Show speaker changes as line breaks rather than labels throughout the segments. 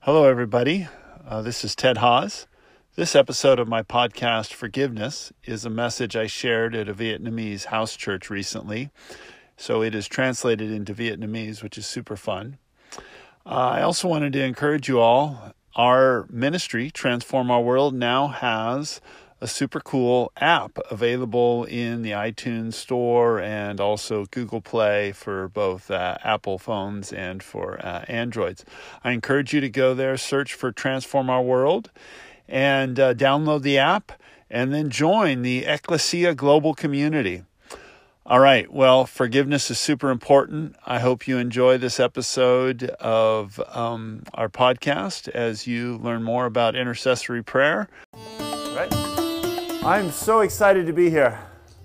Hello, everybody. Uh, this is Ted Haas. This episode of my podcast, Forgiveness, is a message I shared at a Vietnamese house church recently. So it is translated into Vietnamese, which is super fun. Uh, I also wanted to encourage you all. Our ministry, Transform Our World, now has a super cool app available in the iTunes Store and also Google Play for both uh, Apple phones and for uh, Androids. I encourage you to go there, search for Transform Our World, and uh, download the app, and then join the Ecclesia Global Community. All right. Well, forgiveness is super important. I hope you enjoy this episode of um, our podcast as you learn more about intercessory prayer. Right. I'm so excited to be here.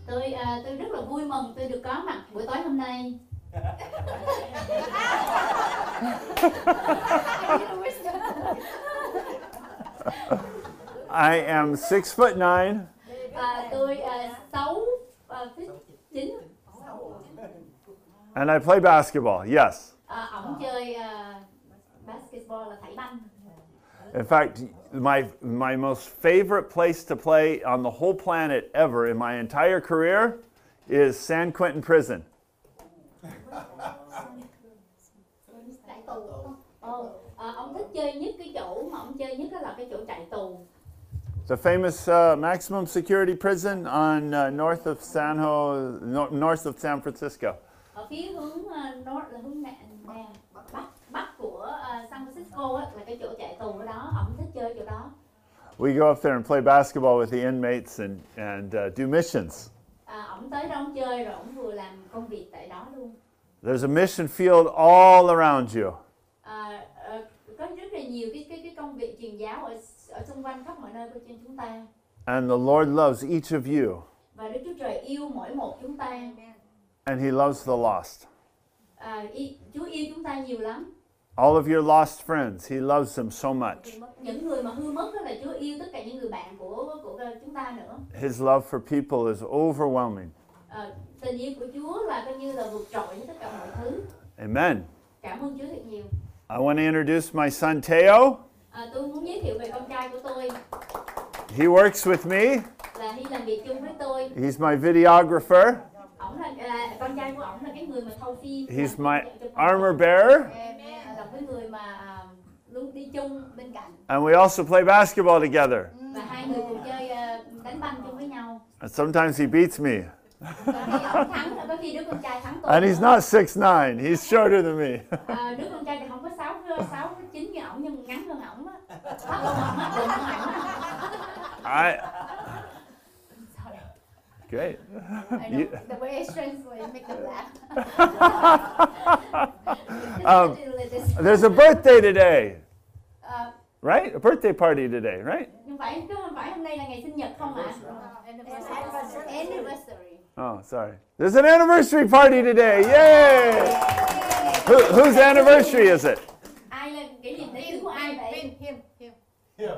tôi à, tôi rất là vui mừng tôi được có mặt buổi tối hôm nay
I am six foot nine.
và tôi à, sáu à, phít chín
And I play basketball, yes.
à, ổng chơi à, basketball là thảy banh
In fact, my, my most favorite place to play on the whole planet ever in my entire career is San Quentin Prison.
trại tù Ồ, à, ông thích chơi nhất cái chỗ mà ông chơi nhất đó là cái chỗ trại tù
The famous uh, maximum security prison on uh, north of San Ho, no, north of San Francisco.
ở phía hướng à, north là hướng nam nam bắc bắc của à, San Francisco á, là cái chỗ trại tù ở đó ổng thích chơi chỗ đó
We go up there and play basketball with the inmates and, and uh, do missions.
à, ổng tới đó ông chơi rồi ổng vừa làm công việc tại đó luôn
There's a mission field all around you.
À, ờ, có rất là nhiều cái cái cái công việc truyền giáo ở ở xung quanh khắp mọi nơi của trên chúng ta
And the Lord loves each of you,
và Đức Chúa Trời yêu mỗi một chúng ta
and He loves the lost.
à, y, Chúa yêu chúng ta nhiều lắm
All of your lost friends, He loves them so much.
những người mà hư mất đó là Chúa yêu tất cả những người bạn của của chúng ta nữa
His love for people is overwhelming.
à, tình yêu của Chúa là coi như là vượt trội với tất cả mọi thứ
Amen.
cảm ơn Chúa thật nhiều
I want to introduce my son Teo.
à, tôi muốn giới thiệu về con trai của tôi
He works with me,
là đi làm việc chung với tôi
he's my videographer,
ổng là là- con trai của ổng là cái người mà thâu phim
he's
Là-
my
chụp- chụp-
armor bearer,
là cái người mà à, luôn đi chung bên cạnh
and we also play basketball together.
Ừ.
và hai người cùng chơi ờ, đánh banh chung với nhau
And sometimes he beats me.
có khi ông thắng có khi đứa con trai thắng tôi
And he's
nữa.
not 6'9, he's shorter than me.
Ờ, đứa con trai thì không có sáu sáu chín như ổng nhưng ngắn hơn ổng á thấp hơn ổng á đừng hơn ổng á
I. Great.
I know the way it's translated, make them laugh.
Um, There's a birthday today,
Ờ,
right? A birthday party today, right?
nhưng phải chứ không phải hôm nay là ngày sinh nhật không ạ
Anniversary. Anniversary.
Oh, sorry. There's an anniversary party today. Yay! Who, whose anniversary is it?
ai là kỷ niệm đám cưới của ai vậy
Him, him, him.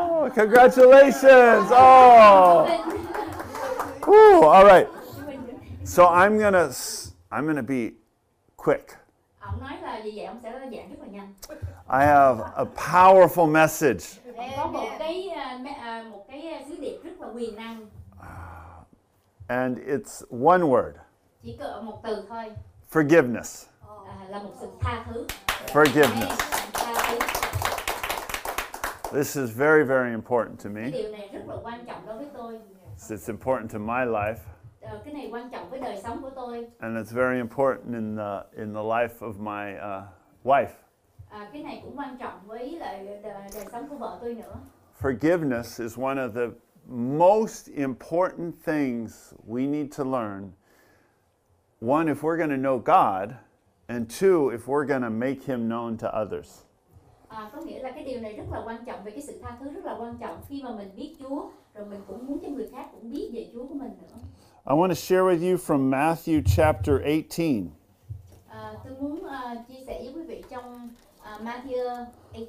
Oh, congratulations. Oh.
Vinh.
Ooh, all right.
Vinh.
So I'm going to I'm going to be quick.
ổng nói là gì vậy ông sẽ giảng rất là nhanh
I have a powerful message.
Ông có một cái ờ, mẹ- ờ, một cái sứ điệp rất là quyền năng
And it's one word.
chỉ cỡ một từ thôi
Forgiveness.
à, là một sự tha thứ
Dạ.
Forgiveness.
tha thứ
This is very very important to
cái
me.
Dạ.
điều này rất là quan trọng đối với tôi
It's important to my life
Ờ, cái này quan trọng với đời sống của tôi
and it's very important in the in the life of my uh, wife.
à, cái này cũng quan trọng với lại đời, đời sống của vợ tôi nữa
Forgiveness is one of the most important things we need to learn. One, if we're going to know God, and two, if we're going to make Him known to others.
à, có nghĩa là cái điều này rất là quan trọng về cái sự tha thứ rất là quan trọng khi mà mình biết Chúa rồi mình cũng muốn cho người khác cũng biết về Chúa của mình nữa
I want to share with you from Matthew chapter 18.
à, tôi muốn ờ, chia sẻ với quý vị trong uh, Matthew 18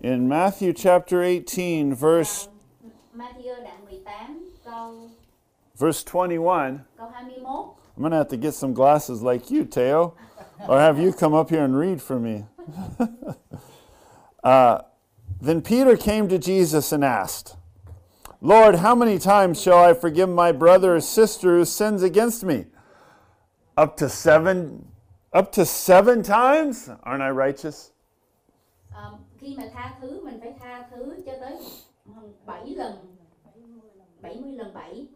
In Matthew chapter 18, verse,
Matthew đoạn 18 câu
verse 21,
câu 21
I'm going to have to get some glasses like you, Teo.
or have you come up here and read for me. Uh, then Peter came to Jesus and asked, Lord, how many times shall I forgive my brother or sister who sins against me? Up to seven up to seven times? Aren't I righteous?
Ờ, khi mà tha thứ mình phải tha thứ cho tới 7 lần 70 lần 7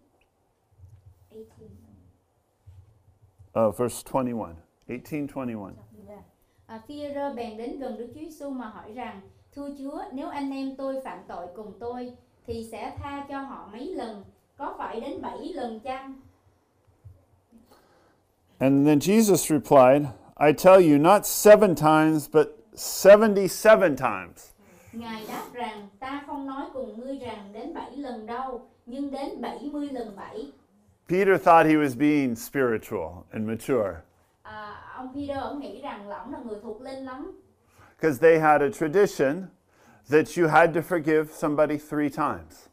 Uh, verse 21, 1821.
à, Phi-e-rơ bèn đến gần Đức Chúa Giêsu mà hỏi rằng Thưa Chúa, nếu anh em tôi phạm tội cùng tôi thì sẽ tha cho họ mấy lần có phải đến 7 lần chăng?
And then Jesus replied, I tell you, not seven times, but 77 times.
Ngài đáp rằng ta không nói cùng ngươi rằng đến 7 lần đâu nhưng đến 70 lần 7
Peter thought he was being spiritual and mature
à, Ông Peter ông nghĩ rằng là ông là người thuộc linh lắm
because they had a tradition that you had to forgive somebody three times.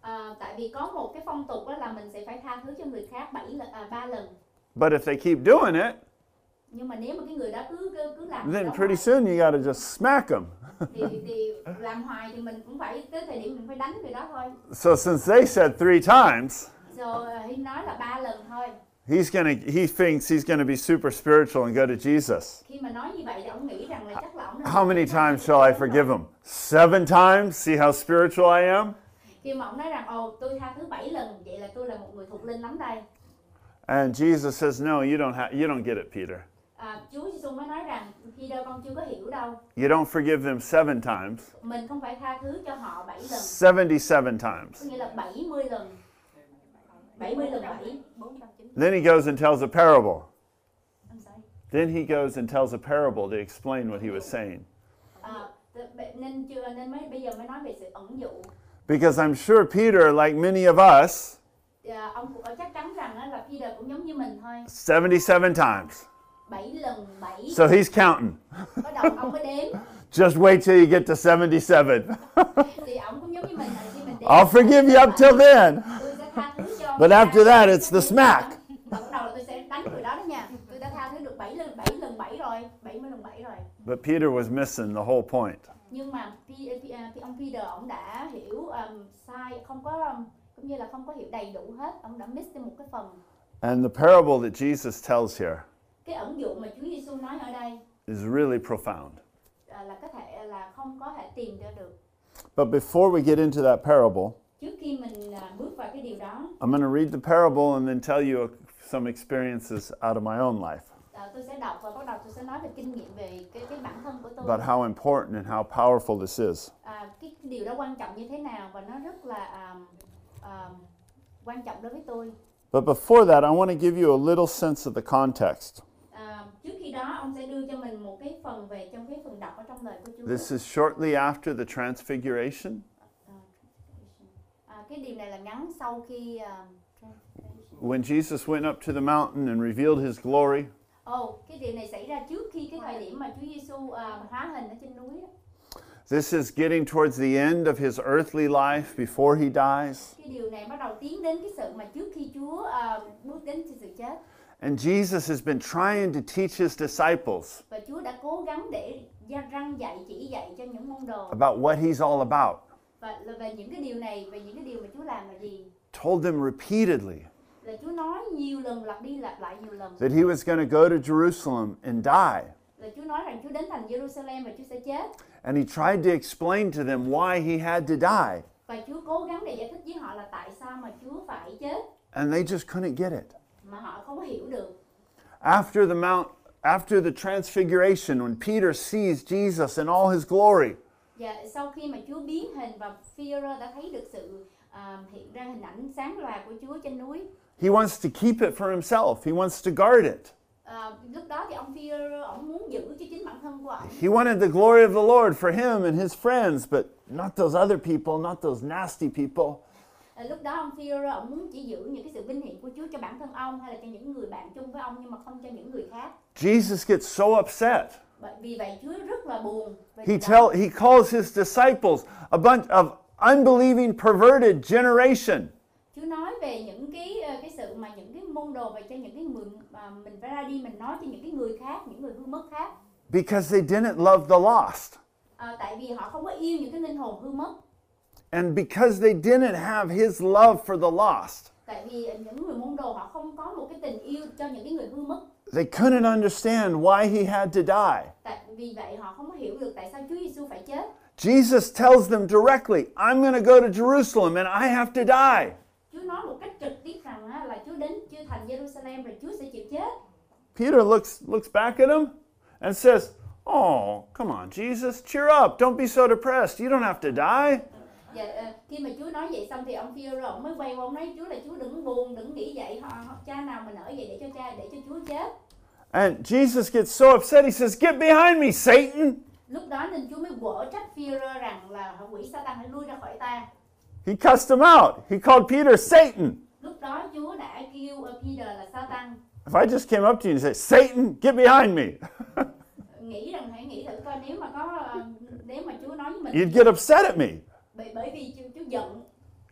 à, Tại vì có một cái phong tục đó là mình sẽ phải tha thứ cho người khác 7 lần, à, 3 lần
But if they keep doing it,
nhưng mà nếu mà cái người đó cứ cứ, cứ làm
then
đó
pretty
hoài,
soon you got to just smack them.
thì, thì làm hoài thì mình cũng phải tới thời điểm mình phải đánh người đó thôi
So since they said three times,
rồi he nói là ba lần thôi
he's gonna he thinks he's gonna be super spiritual and go to Jesus.
khi mà nói như vậy thì ông nghĩ rằng là chắc là ông
How many times shall I forgive him? Seven times? See how spiritual I am?
khi mà ông nói rằng ồ tôi tha thứ bảy lần vậy là tôi là một người thuộc linh lắm đây
And Jesus says, No, you don't have you don't get it, Peter.
à, Chúa Giêsu mới nói rằng khi đâu con chưa có hiểu đâu
You don't forgive them seven times,
mình không phải tha thứ cho họ bảy lần
seventy-seven times.
có nghĩa là 70 lần 70 lần 7
Then he goes and tells a parable.
I'm sorry.
Then he goes and tells a parable to explain what he was saying.
à, nên chưa nên mới bây giờ mới nói về sự ẩn dụ
Because I'm sure Peter, like many of us,
à, ông cũng chắc chắn rằng á, là Peter cũng giống như mình thôi
77 times.
7 lần 7
So he's counting.
bắt đầu ông mới đếm
Just wait till you get to 77.
thì ông cũng giống như mình là khi mình đếm
I'll forgive you up till then.
Tôi sẽ tha thứ cho ông
But
ta.
after that, it's the smack.
Bắt đầu là tôi sẽ đánh người đó đó nha. Tôi đã tha thứ được 7 lần 7 lần 7 rồi, 70 lần 7 rồi.
But Peter was missing the whole point.
Nhưng mà P- P- à, P- ông Peter ông đã hiểu um, sai, không có um, cũng như là không có hiểu đầy đủ hết, ông đã miss đi một cái phần.
And the parable that Jesus tells here
Cái ẩn dụ mà Chúa Giêsu nói ở đây
is really profound.
à, là có thể là không có thể tìm ra được.
But before we get into that parable,
Trước khi mình à, bước vào cái điều đó,
I'm going to read the parable and then tell you some experiences out of my own life
à, tôi sẽ đọc và bắt đầu tôi sẽ nói về kinh nghiệm về cái cái bản thân của tôi.
about how important and how powerful this is.
à, cái điều đó quan trọng như thế nào và nó rất là à, à, quan trọng đối với tôi
But before that, I want to give you a little sense of the context.
à, trước khi đó ông sẽ đưa cho mình một cái phần về trong cái phần đọc ở trong lời của Chúa
This is shortly after the transfiguration
à, à, cái điều này là ngắn sau khi à,
when Jesus went up to the mountain and revealed his glory.
oh, cái điều này xảy ra trước khi cái thời điểm mà Chúa Giêsu à, hóa hình ở trên núi á.
This is getting towards the end of his earthly life before he dies.
cái điều này bắt đầu tiến đến cái sự mà trước khi Chúa à, bước đến sự chết
And Jesus has been trying to teach his disciples
và Chúa đã cố gắng để ra răng dạy chỉ dạy cho những môn đồ
about what he's all about.
và là về những cái điều này về những cái điều mà Chúa làm là gì
Told them repeatedly
là Chúa nói nhiều lần lặp đi lặp lại nhiều lần
that he was going to go to Jerusalem and die.
là Chúa nói rằng Chúa đến thành Jerusalem và Chúa sẽ chết
And he tried to explain to them why he had to die.
và Chúa cố gắng để giải thích với họ là tại sao mà Chúa phải chết
And they just couldn't get it.
mà họ không có hiểu được
After the mount after the transfiguration when Peter sees Jesus in all his glory,
và sau khi mà Chúa biến hình và Phi-e-rơ đã thấy được sự à, hiện ra hình ảnh sáng loà của Chúa trên núi
he wants to keep it for himself. He wants to guard it.
À, lúc đó thì ông Phi-e-rơ ông muốn giữ cho chính bản thân của ông
He wanted the glory of the Lord for him and his friends, but not those other people, not those nasty people.
À, lúc đó ông Phi-e-rơ ông muốn chỉ giữ những cái sự vinh hiển của Chúa cho bản thân ông hay là cho những người bạn chung với ông nhưng mà không cho những người khác
Jesus gets so upset.
bởi vì vậy Chúa rất là buồn về
He
điều đó.
tell he calls his disciples a bunch of unbelieving perverted generation.
Chúa nói về những cái ờ, cái sự mà những cái môn đồ và cho những cái người à, à, mình phải ra đi mình nói cho những cái người khác những người hư mất khác
because they didn't love the lost.
à, tại vì họ không có yêu những cái linh hồn hư mất
And because they didn't have his love for the lost,
tại vì những người môn đồ họ không có một cái tình yêu cho những cái người hư mất
they couldn't understand why he had to die.
tại vì vậy họ không có hiểu được tại sao Chúa Giêsu phải chết
Jesus tells them directly, I'm going to go to Jerusalem and I have to die.
Chúa nói một cách trực tiếp rằng á, là Chúa đến chưa thành Jerusalem rồi Chúa sẽ chịu chết
Peter looks, looks back at him and says, Oh, come on, Jesus, cheer up. Don't be so depressed. You don't have to die.
Và ờ, khi mà Chúa nói vậy xong thì ông Phi-rơ ông mới quay qua ông nói Chúa là Chúa đừng buồn, đừng nghĩ vậy, họ, họ- cha nào mà nở vậy để cho cha để cho Chúa chết.
And Jesus gets so upset, he says, Get behind me, Satan.
Lúc đó nên Chúa mới quở trách Phi-rơ rằng là quỷ Satan hãy lui ra khỏi ta.
He cussed him out. He called Peter Satan.
Lúc đó Chúa đã kêu ờ, Peter là Satan.
If I just came up to you and said, Satan, get behind me,
Nghĩ rằng hãy nghĩ thử coi nếu mà có ờ, nếu mà Chúa nói với mình
you'd get upset at me.
bởi bởi vì Chúa, Chúa giận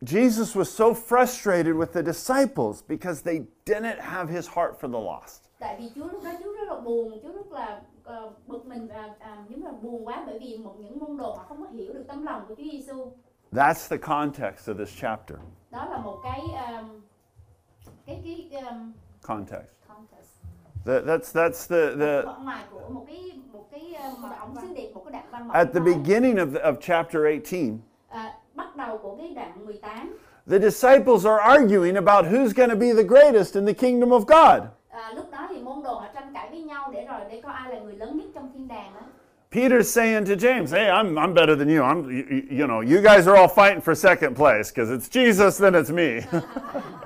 Jesus was so frustrated with the disciples because they didn't have his heart for the lost.
tại vì Chúa lúc đó Chúa rất là buồn, Chúa rất là ờ, bực mình và à, giống là buồn quá bởi vì một những môn đồ họ không có hiểu được tấm lòng của Chúa Giêsu.
That's the context of this chapter.
đó là một cái um, cái cái um,
Context.
contest
That, that's that's the, the
Ở ngoài của một cái một cái uh, mật ổng xứ điệp một cái đoạn văn mật
at the
nói,
beginning of, of chapter 18,
à, bắt đầu của cái đoạn 18
the disciples are arguing about who's going to be the greatest in the kingdom of God.
à, lúc đó thì môn đồ họ tranh cãi với nhau để rồi để coi ai là người lớn nhất trong thiên đàng đó
Peter's saying to James, "Hey, I'm, I'm better than you. I'm you, you- you know, you guys are all fighting for second place because it's Jesus, then it's me."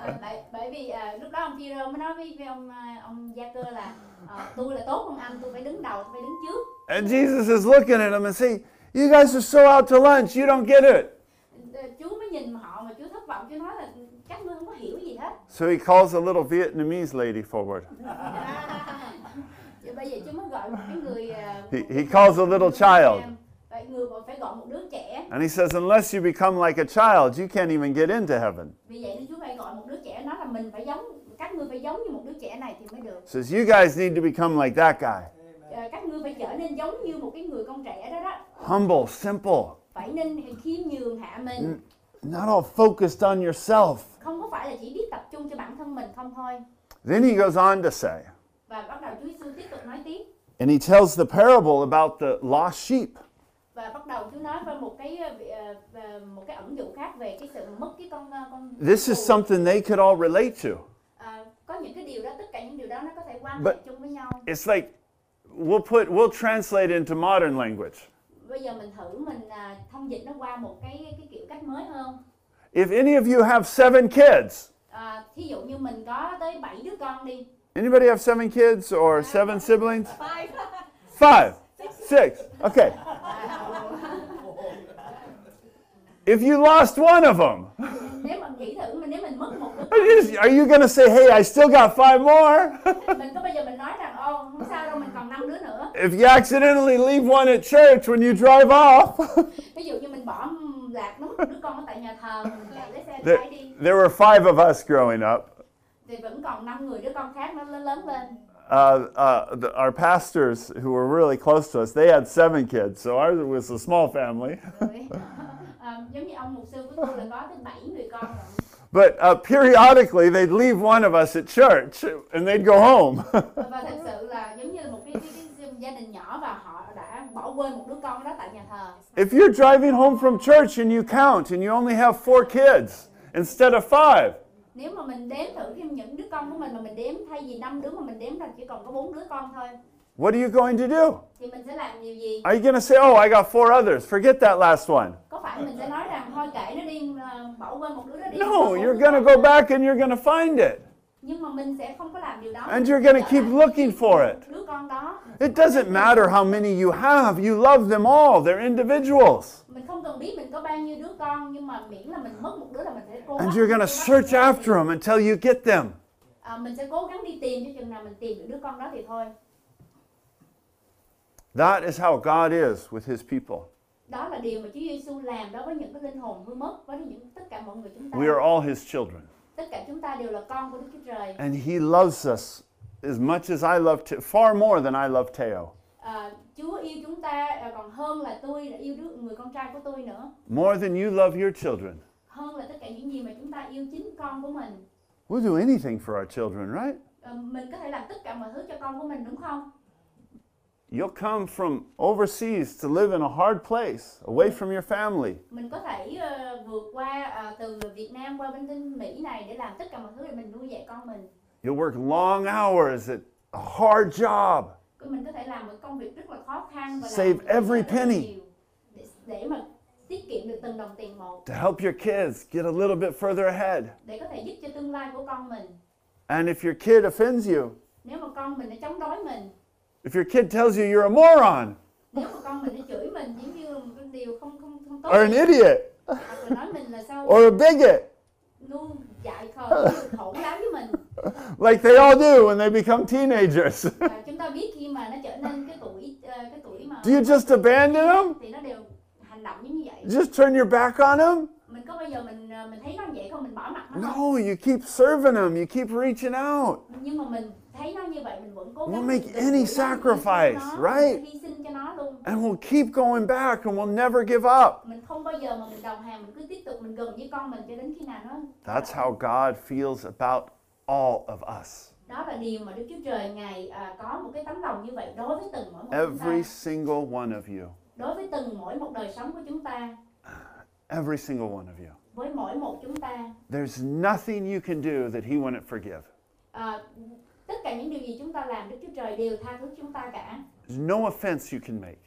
à, bởi, bởi vì à, lúc đó ông Peter mới nói với, với ông à, ông gia cơ là à, tôi là tốt hơn anh tôi phải đứng đầu tôi phải đứng trước
and Jesus is looking at him and saying, "You guys are so out to lunch. You don't get it."
Ờ, Chúa mới nhìn họ mà Chúa thất vọng Chúa nói là các ngươi không có hiểu gì hết
So he calls a little Vietnamese lady forward.
Vậy bây giờ Chúa mới gọi một cái người à,
He, he calls a little child
Vậy người còn phải gọi một đứa trẻ
and he says, "Unless you become like a child, you can't even get into heaven."
Vì vậy nên Chúa phải gọi một đứa trẻ Nói là mình phải giống Các ngươi phải giống như một đứa trẻ này thì mới được
Says, "You guys need to become like that guy.
Ờ, Các ngươi phải trở nên giống như một cái người con trẻ đó đó
Humble, simple,
Phải nên khiêm nhường hạ mình
not all focused on yourself."
Không có phải là chỉ biết tập trung cho bản thân mình không thôi
Then he goes on to say,
Và bắt đầu Chúa Giêsu tiếp tục nói tiếp
And he tells the parable about the lost sheep.
và bắt đầu Chúa nói với một cái ờ, vị- ờ, ờ, một cái ẩn dụ khác về cái sự mất cái con ờ, con
This is
cừu.
something they could all relate to.
Ờ, có những cái điều đó tất cả những điều đó nó có thể quan hệ
But-
chung với nhau
It's like we'll put we'll translate into modern language.
bây giờ mình thử mình à, thông dịch nó qua một cái cái kiểu cách mới hơn
If any of you have 7 kids,
à, thí dụ như mình có tới 7 đứa con đi
anybody have 7 kids or 7 siblings? 5. 5. 6. Okay. If you lost one of them,
nếu mà nghĩ thử mình nếu mình mất một đứa
are you, are you going to say, "Hey, I still got 5 more"?
con, mình có bây giờ mình nói rằng ô không sao đâu mình còn năm đứa nữa
if you accidentally leave one at church when you drive off,
ví dụ như mình bỏ lạc nó mất đứa con ở tại nhà thờ mình chạy lấy xe
There-
chạy đi
there were 5 of us growing up.
thì vẫn còn năm người đứa con khác nó lớn lớn lên
uh, uh, the, our pastors who were really close to us, they had seven kids, so ours was a small family.
rồi à, giống như ông mục sư của tôi là có tới 7 người con rồi
But uh, periodically, they'd leave one of us at church and they'd go home.
và thật sự là giống như là một cái, cái, cái gia đình nhỏ và họ đã bỏ quên một đứa con đó tại nhà thờ
if you're driving home from church and you count and you only have four kids instead of five,
nếu mà mình đếm thử thêm những đứa con của mình mà mình đếm thay vì năm đứa mà mình đếm ra chỉ còn có bốn đứa con thôi
what are you going to do?
thì mình sẽ làm điều gì
Are you going to say, oh, I got four others? Forget that last one.
có phải mình sẽ nói rằng thôi kệ nó đi ờ, bỏ quên một đứa đó đi
No,
Bỏ
you're
đứa
going to
con.
go back and you're going to find it.
nhưng mà mình sẽ không có làm điều đó
And you're gonna keep looking for it.
đứa con đó
It doesn't matter how many you have, you love them all. They're individuals.
mình không cần biết mình có bao nhiêu đứa con nhưng mà miễn là mình mất một đứa là mình sẽ cố
And
gắng
you're going
cố
to
gắng
search
tìm
after them until you get them.
Ờ, mình sẽ cố gắng đi tìm cho chừng nào mình tìm được đứa con đó thì thôi
That is how God is with his people.
đó là điều mà Chúa Giêsu làm đối với những cái linh hồn hư mất với những tất cả mọi người chúng ta
We are all his children.
tất cả chúng ta đều là con của Đức Chúa Trời
And he loves us as much as I love, Te- far more than I love Teo,
À, Chúa yêu chúng ta à, còn hơn là tôi đã yêu đứa người con trai của tôi nữa
more than you love your children.
hơn là tất cả những gì mà chúng ta yêu chính con của mình
We'll do anything for our children, right?
Ờ, mình có thể làm tất cả mọi thứ cho con của mình đúng không
You'll come from overseas to live in a hard place, away from your family.
mình có thể ờ, vượt qua ờ, từ Việt Nam qua bên bên Mỹ này để làm tất cả mọi thứ để mình nuôi dạy con mình
You'll work long hours at a hard job.
Còn mình có thể làm một công việc rất là khó khăn và làm
Save
rất là
every
nhiều
penny.
để, để mà tiết kiệm được từng đồng tiền một
to help your kids get a little bit further ahead.
để có thể giúp cho tương lai của con mình
And if your kid offends you,
nếu mà con mình nó chống đối mình
if your kid tells you you're a moron
nếu mà con mình nó chửi mình giống như là một cái điều không không không tốt
or an idiot
hoặc là nói mình là sao
or a bigot,
luôn dại khờ khổ láo với mình
like they all do when they become teenagers,
và chúng ta biết khi mà nó trở nên cái tuổi ờ, cái tuổi mà
do you just abandon them?
thì nó đều hành động giống như vậy
Just turn your back on them?
mình có bao giờ mình ờ, mình thấy nó như vậy không mình bỏ mặt nó không
No, you keep serving them, you keep reaching out.
nhưng mà mình thấy nó như vậy mình vẫn cố
We'll
gắng
make
mình
any
mình cố gắng mình
sacrifice,
yêu nó, mình
right?
hy sinh cho nó luôn
And we'll keep going back and we'll never give up.
mình không bao giờ mà mình đầu hàng mình cứ tiếp tục mình gần với con mình cho đến khi nào nó
That's how God feels about all of us.
đó là điều mà Đức Chúa Trời ngài à, có một cái tấm lòng như vậy đối với từng mỗi một chúng ta
Every single one of you.
đối với từng mỗi một đời sống của chúng ta
Every single one of you.
với mỗi một chúng ta
There's nothing you can do that He wouldn't forgive.
à, tất cả những điều gì chúng ta làm Đức Chúa Trời đều tha thứ chúng ta cả
There's no offense you can make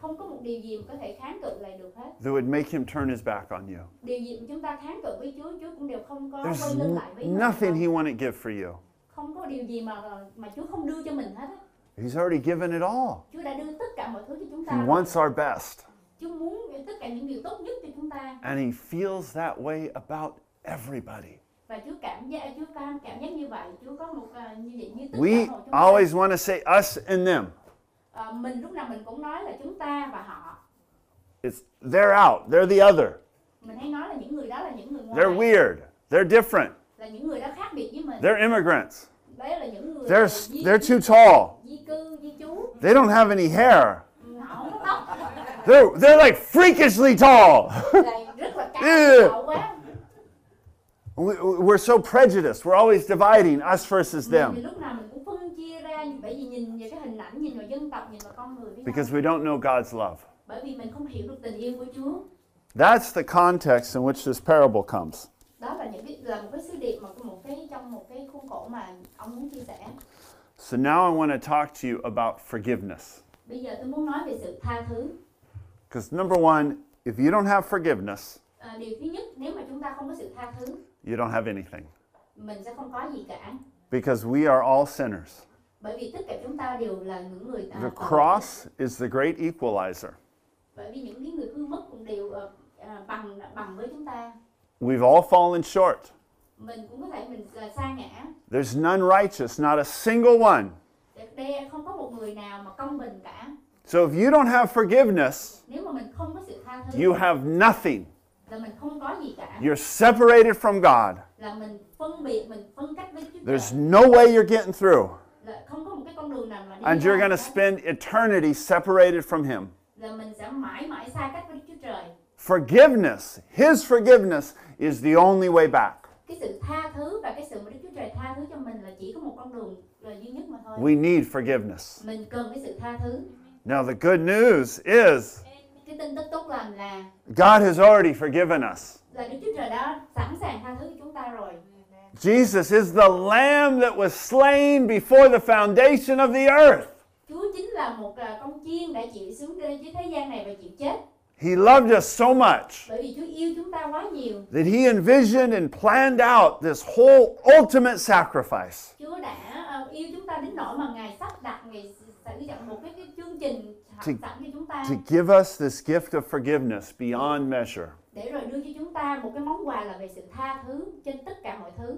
không có một điều gì mà có thể kháng cự lại được hết
that would make Him turn His back on you.
điều gì mà chúng ta kháng cự với Chúa Chúa cũng đều không có
There's
quay lưng lại với
n-
mình
nothing He
không,
wouldn't give for you.
không có điều gì mà mà Chúa không đưa cho mình hết á.
He's already given it all.
Chúa đã đưa tất cả mọi thứ cho chúng
He
ta rồi.
wants our best.
Chúa muốn tất cả những điều tốt nhất cho chúng ta
And He feels that way about everybody.
và Chúa cảm giác Chúa cảm cảm giác như vậy Chúa có một à, như vậy như tất
We
cả mọi chúng ta
always want to say us and them.
À, mình lúc nào mình cũng nói là chúng ta và họ
It's they're out, they're the other,
mình hay nói là những người đó là những người
they're
ngoài
weird, they're different,
là những người đó khác biệt với mình
they're immigrants,
đấy là những người
they're,
à,
s-
di,
they're too tall,
di cư di trú
they don't have any hair,
họ không có tóc
they're, they're like freakishly tall.
là rất là
Ừ.
cao cậu quá
We- We're so prejudiced. We're always dividing us versus
mình thì
them
lúc nào mình cũng phân chia ra như- bởi vì nhìn về cái hình ảnh nhìn vào dân tộc nhìn vào con người với
because
nhau
we don't know God's love.
bởi vì mình không hiểu được tình yêu của Chúa
That's the context in which this parable comes.
đó là những cái là một cái sứ điệp mà một cái trong một cái khuôn khổ mà ông muốn chia sẻ
So now I want to talk to you about forgiveness.
bây giờ tôi muốn nói về sự tha thứ
Because number one, if you don't have forgiveness,
à, điều thứ nhất nếu mà chúng ta không có sự tha thứ
you don't have anything
mình sẽ không có gì cả
because we are all sinners.
bởi vì tất cả chúng ta đều là những người à,
The
tội.
cross is the great equalizer.
bởi vì những cái người hư mất cũng đều ờ, à, bằng bằng với chúng ta
We've all fallen short.
mình cũng có thể mình là sa ngã
There's none righteous, not a single one.
đây không có một người nào mà công bình cả
So if you don't have forgiveness,
nếu mà mình không có sự tha thứ
you have nothing.
là mình không có gì cả
You're separated from God.
là mình phân biệt mình phân cách với Chúa
There's
Trời
no way you're getting through.
là không có một cái con đường nào mà đi
And you're
ra
going to
cả.
spend eternity separated from Him.
là mình sẽ mãi mãi xa cách với Đức Chúa Trời
Forgiveness, His forgiveness, is the only way back.
cái sự tha thứ và cái sự mà Đức Chúa Trời tha thứ cho mình là chỉ có một con đường là duy nhất mà thôi
We need forgiveness.
mình cần cái sự tha thứ
Now, the good news is
cái tin tức tốt lành là
God has already forgiven us.
là Đức Chúa Trời đã sẵn sàng tha thứ cho chúng ta rồi
Jesus is the Lamb that was slain before the foundation of the earth.
Chúa chính là một à, con chiên đã chịu xuống trên dưới thế gian này và chịu chết
He loved us so much
bởi vì Chúa yêu chúng ta quá nhiều
that He envisioned and planned out this whole ultimate sacrifice.
Chúa đã à, yêu chúng ta đến nỗi mà Ngài sắp đặt Ngài sử dụng một cái, cái chương trình
Thì-
sẵn sẵn cho chúng ta
to give us this gift of forgiveness beyond measure.
để rồi đưa cho chúng ta một cái món quà là về sự tha thứ trên tất cả mọi thứ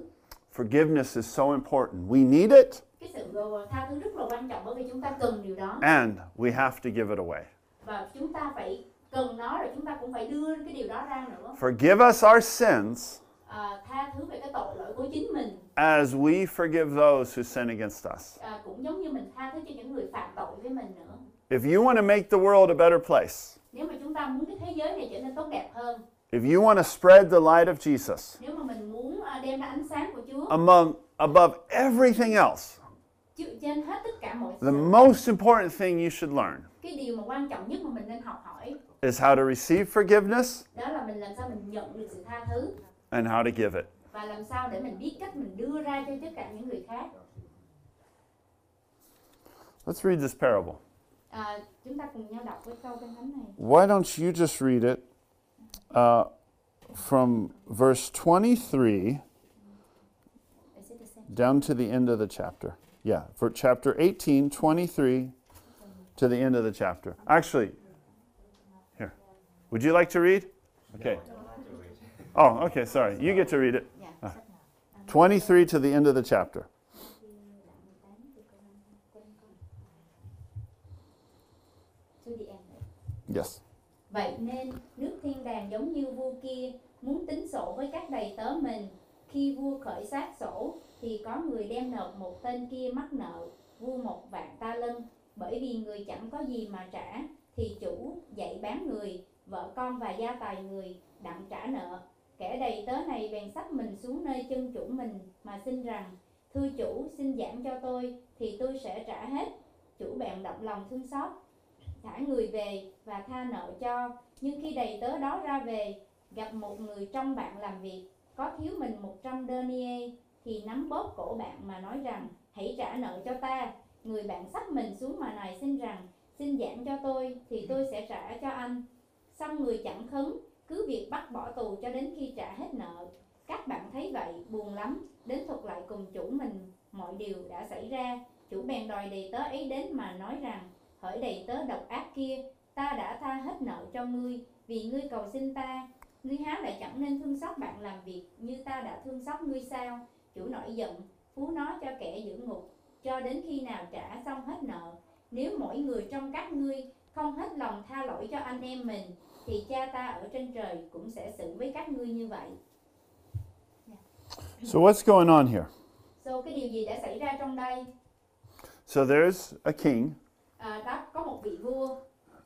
Forgiveness is so important. We need it
cái sự ờ, tha thứ rất là quan trọng bởi vì chúng ta cần điều đó
and we have to give it away.
và chúng ta phải cần nó rồi chúng ta cũng phải đưa cái điều đó ra nữa
Forgive us our sins
à, tha thứ về cái tội lỗi của chính mình
as we forgive those who sin against us.
à, cũng giống như mình tha thứ cho những người phạm tội với mình nữa
If you want to make the world a better place,
nếu mà chúng ta muốn cái thế giới này trở nên tốt đẹp hơn
if you want to spread the light of Jesus
nếu mà mình muốn à, đem ra ánh sáng của Chúa
among above everything else,
chứ- trên hết tất cả mọi
the
sự
most important thing you should learn
cái điều mà quan trọng nhất mà mình nên học hỏi
is how to receive forgiveness
đó là mình làm sao mình nhận được sự tha thứ
and how to give it.
và làm sao để mình biết cách mình đưa ra cho tất cả những người khác
Let's read this parable.
à, chúng ta cùng nhau đọc với câu kinh thánh này
Why don't you just read it uh, from verse 23
Để sẽ được xem.
down to the end of the chapter. Yeah, for chapter 18, 23 to the end of the chapter. Actually, here. Would you like to read? Okay. Oh, okay, sorry. You get to read it.
Dạ.
À. 23 to the end of the chapter.
To the end.
Yes.
Vậy nên nước thiên đàng giống như vua kia muốn tính sổ với các đầy tớ mình. Khi vua khởi sát sổ thì có người đem nộp một tên kia mắc nợ vua một vạn ta lân bởi vì người chẳng có gì mà trả thì chủ dạy bán người vợ con và gia tài người đặng trả nợ kẻ đầy tớ này bèn xách mình xuống nơi chân chủ mình mà xin rằng thưa chủ xin giảm cho tôi thì tôi sẽ trả hết chủ bèn động lòng thương xót thả người về và tha nợ cho nhưng khi đầy tớ đó ra về gặp một người trong bạn làm việc có thiếu mình 100 denier thì nắm bóp cổ bạn mà nói rằng hãy trả nợ cho ta người bạn sắp mình xuống mà nài xin rằng xin giảm cho tôi thì tôi sẽ trả cho anh xong người chẳng khấn cứ việc bắt bỏ tù cho đến khi trả hết nợ các bạn thấy vậy buồn lắm đến thuật lại cùng chủ mình mọi điều đã xảy ra chủ bèn đòi đầy tớ ấy đến mà nói rằng hỡi đầy tớ độc ác kia ta đã tha hết nợ cho ngươi vì ngươi cầu xin ta ngươi há lại chẳng nên thương xót bạn làm việc như ta đã thương xót ngươi sao chủ nổi giận phú nó cho kẻ giữ ngục cho đến khi nào trả xong hết nợ nếu mỗi người trong các ngươi không hết lòng tha lỗi cho anh em mình thì cha ta ở trên trời cũng sẽ xử với các ngươi như vậy
So, what's going on here?
so cái điều gì đã xảy ra trong đây
So, there's a king,
à, đó có một vị vua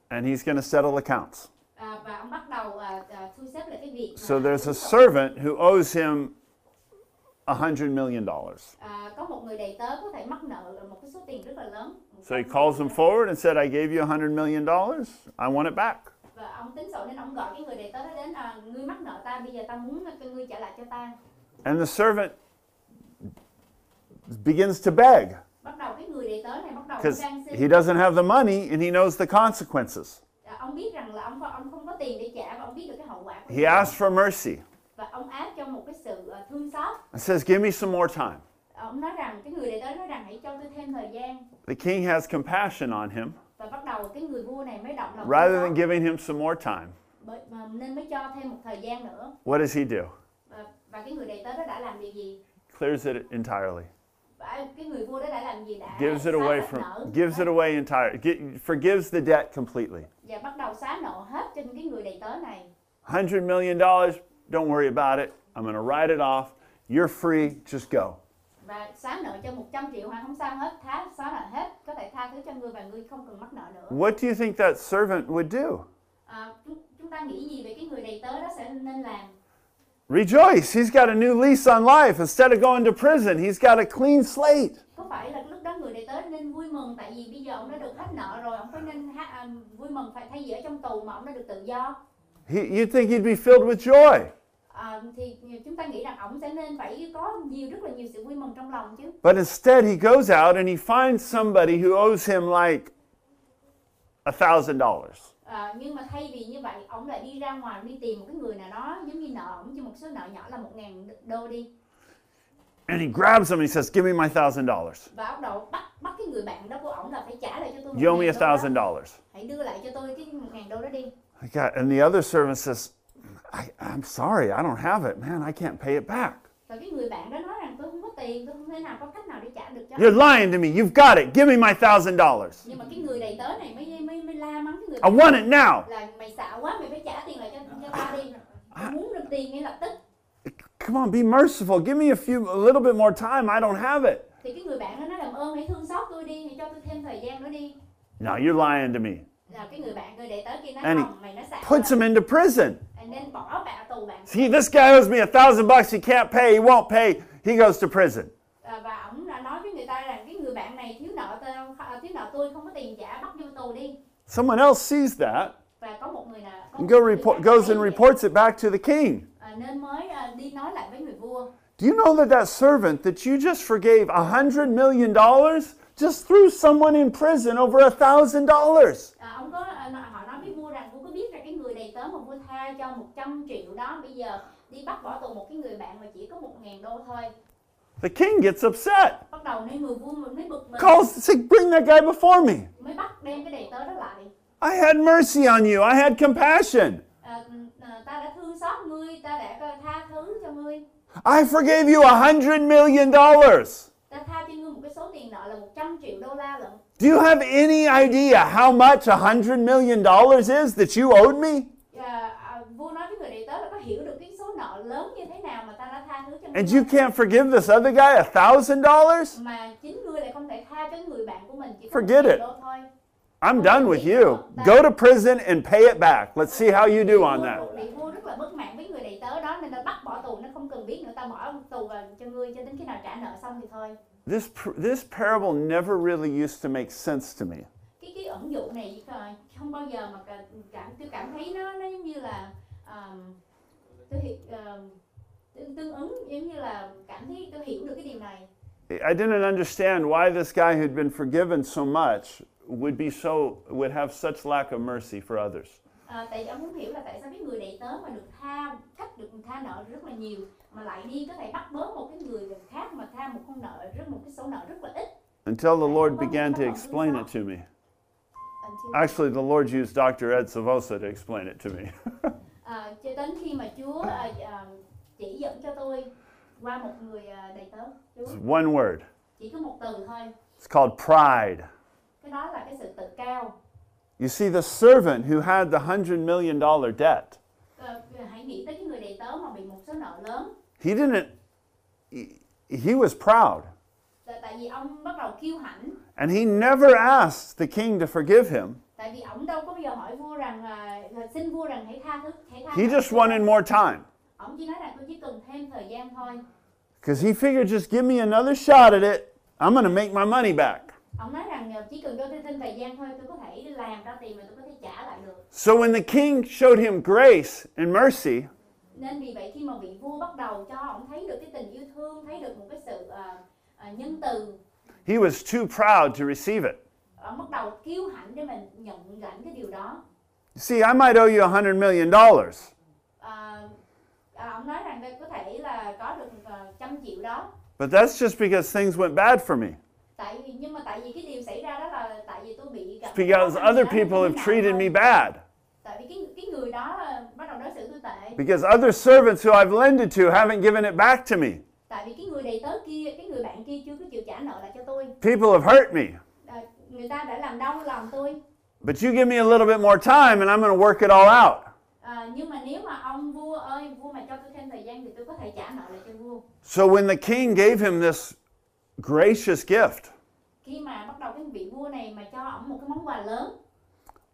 and he's going to settle accounts.
à, và ông bắt đầu à, à, thu xếp lại cái việc
So,
mà
there's
đúng
a
tội.
servant who owes him a $100 million.
À, có một người đầy tớ có thể mắc nợ một cái số tiền rất là lớn.
So, he calls him forward and said, I gave you a $100 million. I want it back.
Và ông tính sổ nên ông gọi cái người đầy tớ đó đến à, ngươi mắc nợ ta bây giờ ta muốn cái ngươi trả lại cho ta.
And the servant begins to beg
Bắt đầu cái người đầy tớ này bắt đầu
because
can xin.
he doesn't have the money and he knows the consequences.
À, ông biết rằng là ông không, ông không có tiền để trả và ông biết được cái hậu quả. của
He
nó.
asks for mercy
Và ông áp cho một cái sự à, thương xót.
and says, Give me some more time.
À, ông nói rằng cái người đầy tớ nói rằng hãy cho tôi thêm thời gian
The king has compassion on him
và bắt đầu cái người vua này mới động lòng. thương
rather
xót.
than giving him some more time.
Bởi, mà nên mới cho thêm một thời gian nữa.
What does he do?
Và, và cái người đầy tớ đó đã làm điều gì?
Clears it entirely,
Và cái người vua đó đã làm gì đã
gives it
xóa
away
hết nợ.
from, gives it away entirely, Gi- forgives the debt completely.
và bắt đầu xóa nợ hết trên cái người đầy tớ này
$100 million, don't worry about it. I'm going to write it off. You're free, just go.
và xóa nợ cho 100 triệu hoặc không sao hết tha xóa nợ hết có thể tha thứ cho ngươi và ngươi không cần mắc nợ nữa
What do you think that servant would do?
à, chúng, chúng ta nghĩ gì về cái người đầy tớ đó sẽ nên làm
Rejoice! He's got a new lease on life. Instead of going to prison, he's got a clean slate.
có phải là lúc đó người đầy tớ nên vui mừng tại vì bây giờ ông đã được hết nợ rồi ông phải nên ha, à, vui mừng phải thay vì ở trong tù mà ông đã được tự do
He, you'd think he'd be filled with joy,
à, thì chúng ta nghĩ rằng ông sẽ nên phải có nhiều rất là nhiều sự vui mừng trong lòng chứ
but instead he goes out and he finds somebody who owes him like a thousand dollars.
À, nhưng mà thay vì như vậy ông lại đi ra ngoài đi tìm một cái người nào đó giống như nợ ông cho một số nợ nhỏ là một ngàn đô đi
And he grabs him and he says, "Give me my thousand dollars.
và bắt đầu bắt bắt cái người bạn đó của ổng là phải trả lại cho tôi một
You owe me a
ngàn đô đó.
thousand dollars."
hãy đưa lại cho tôi cái một ngàn đô đó đi
I got- And the other servant says, I, "I'm sorry, I don't have it, man. I can't pay it back."
và cái người bạn đó nói rằng tôi không có tiền tôi không thể nào có cách nào để trả được cho
You're
anh."
lying to me. You've got it. Give me my thousand dollars.
nhưng mà cái người đầy tớ này mới mới mới la mắng cái người
I
bạn
want it now.
là mày xạo quá mày phải trả tiền lại cho cho tao đi Tao muốn được tiền ngay lập tức
Come on, be merciful. Give me a few, a little bit more time. I don't have it.
thì cái người bạn đó nói làm ơn hãy thương xót tôi đi hãy cho tôi thêm thời gian nữa đi
No, you're lying to me.
là cái người bạn người đệ tớ kia nói
And he
không mày nói xạo
Puts him into prison.
nên bỏ bạn tù bạn
See, this guy owes me a thousand bucks. He can't pay. He won't pay. He goes to prison.
à, và ổng đã nói với người ta rằng cái người bạn này thiếu nợ tao à, thiếu nợ tôi không có tiền trả bắt vô tù đi
Someone else sees that
và có một người nào có
and
một
go
người
report,
khác
goes
thấy
and
vậy.
reports it back to the king.
à, nên mới à, đi nói lại với người vua
Do you know that that servant that you just forgave a hundred million dollars just threw someone in prison over a thousand dollars?
à, ông có à, nó- họ nói với vua rằng vua có biết rằng cái người đầy tớ mà vua tha cho 100 triệu đó bây giờ đi bắt bỏ tù một cái người bạn mà chỉ có 1.000 đô thôi
The king gets upset.
bắt đầu nên người vua mình mới bực mình
Calls, say, bring that guy before me.
mới bắt đem cái đầy tớ đó lại
I had mercy on you. I had compassion.
à, à, ta đã thương xót ngươi ta đã à, tha thứ cho ngươi
I forgave you a hundred million dollars.
ta tha cho ngươi một cái số tiền nợ là 100 triệu đô la lận
Do you have any idea how much a hundred million dollars is that you owed me?
à, à, vua nói với người đệ tớ là có hiểu được cái số nợ lớn như thế nào mà ta đã tha thứ cho
And
ngươi
you can't forgive this other guy a thousand dollars?
mà chính ngươi lại không thể tha cho người bạn của mình chỉ có
Forget
1.000
it.
đô thôi
I'm done with you. Go to prison and pay it back. Let's see how you do on that.
Bị vua rất là bất mãn với người đầy tớ đó nên ta bắt bỏ tù nó không cần biết nữa ta bỏ ông tù vào cho ngươi cho đến khi nào trả nợ xong thì thôi
This pr- this parable never really used to make sense to me.
cái cái ẩn dụ này à, không bao giờ mà cả- cảm tôi cảm thấy nó nó giống như là um, tôi hi- um, tương, tương ứng giống như là cảm thấy tôi hiểu được cái điều này
I didn't understand why this guy who'd been forgiven so much would be so would have such lack of mercy for others.
à, tại ông muốn hiểu là tại sao cái người đầy tớ mà được tha cách được tha nợ rất là nhiều mà lại đi có thể bắt bớ một cái người khác mà tha một con nợ rất một cái số nợ rất là ít
Until the Lord began to explain it to me.
Until
Actually, the Lord used Dr. Ed Savosa to explain it to me.
À, cho đến khi mà Chúa à, à, chỉ dẫn cho tôi qua một người à, đầy tớ Chúa
It's one word.
chỉ có một từ thôi
It's called pride.
cái đó là cái sự tự cao
You see, the servant who had the $100 million debt,
Ờ, hãy nghĩ tới cái người đầy tớ mà bị một số nợ lớn
he didn't, he, he was proud.
là tại vì ông bắt đầu kiêu hãnh
And he never asked the king to forgive him.
tại vì ông đâu có bao giờ hỏi vua rằng là, là xin vua rằng hãy tha thứ hãy tha
He
thứ
just
cho
wanted
tôi.
more time
ông chỉ nói là tôi chỉ cần thêm thời gian thôi
because he figured just give me another shot at it. I'm going to make my money back.
ông nói rằng ờ, chỉ cần cho tôi thêm thời gian thôi tôi có thể làm ra tiền mà tôi có thể trả lại được
So when the king showed him grace and mercy,
nên vì vậy khi mà vị vua bắt đầu cho ông thấy được cái tình yêu thương thấy được một cái sự à, à, nhân từ
he was too proud to receive it.
ông bắt đầu kiêu hãnh để mình nhận lãnh cái điều đó
You see, I might owe you $100 million.
à, à, ông nói rằng đây có thể là có được à, trăm triệu đó
But that's just because things went bad for me.
tại vì nhưng mà tại vì cái điều xảy ra đó là tại vì tôi bị gặp
Because
khó khăn
other
gì đó, tôi
people
bị
have
nạn
treated
thôi.
me bad.
tại vì cái cái người đó là bắt đầu đối xử tôi tệ
Because other servants who I've lended to haven't given it back to me.
tại vì cái người đầy tớ kia cái người bạn kia chưa có chịu trả nợ lại cho tôi
People have hurt me.
à, người ta đã làm đau lòng tôi
But you give me a little bit more time and I'm going to work it all out.
À, nhưng mà nếu mà ông vua ơi vua mà cho tôi thêm thời gian thì tôi có thể trả nợ lại cho vua
So when the king gave him this gracious gift,
khi mà bắt đầu cái vị vua này mà cho ổng một cái món quà lớn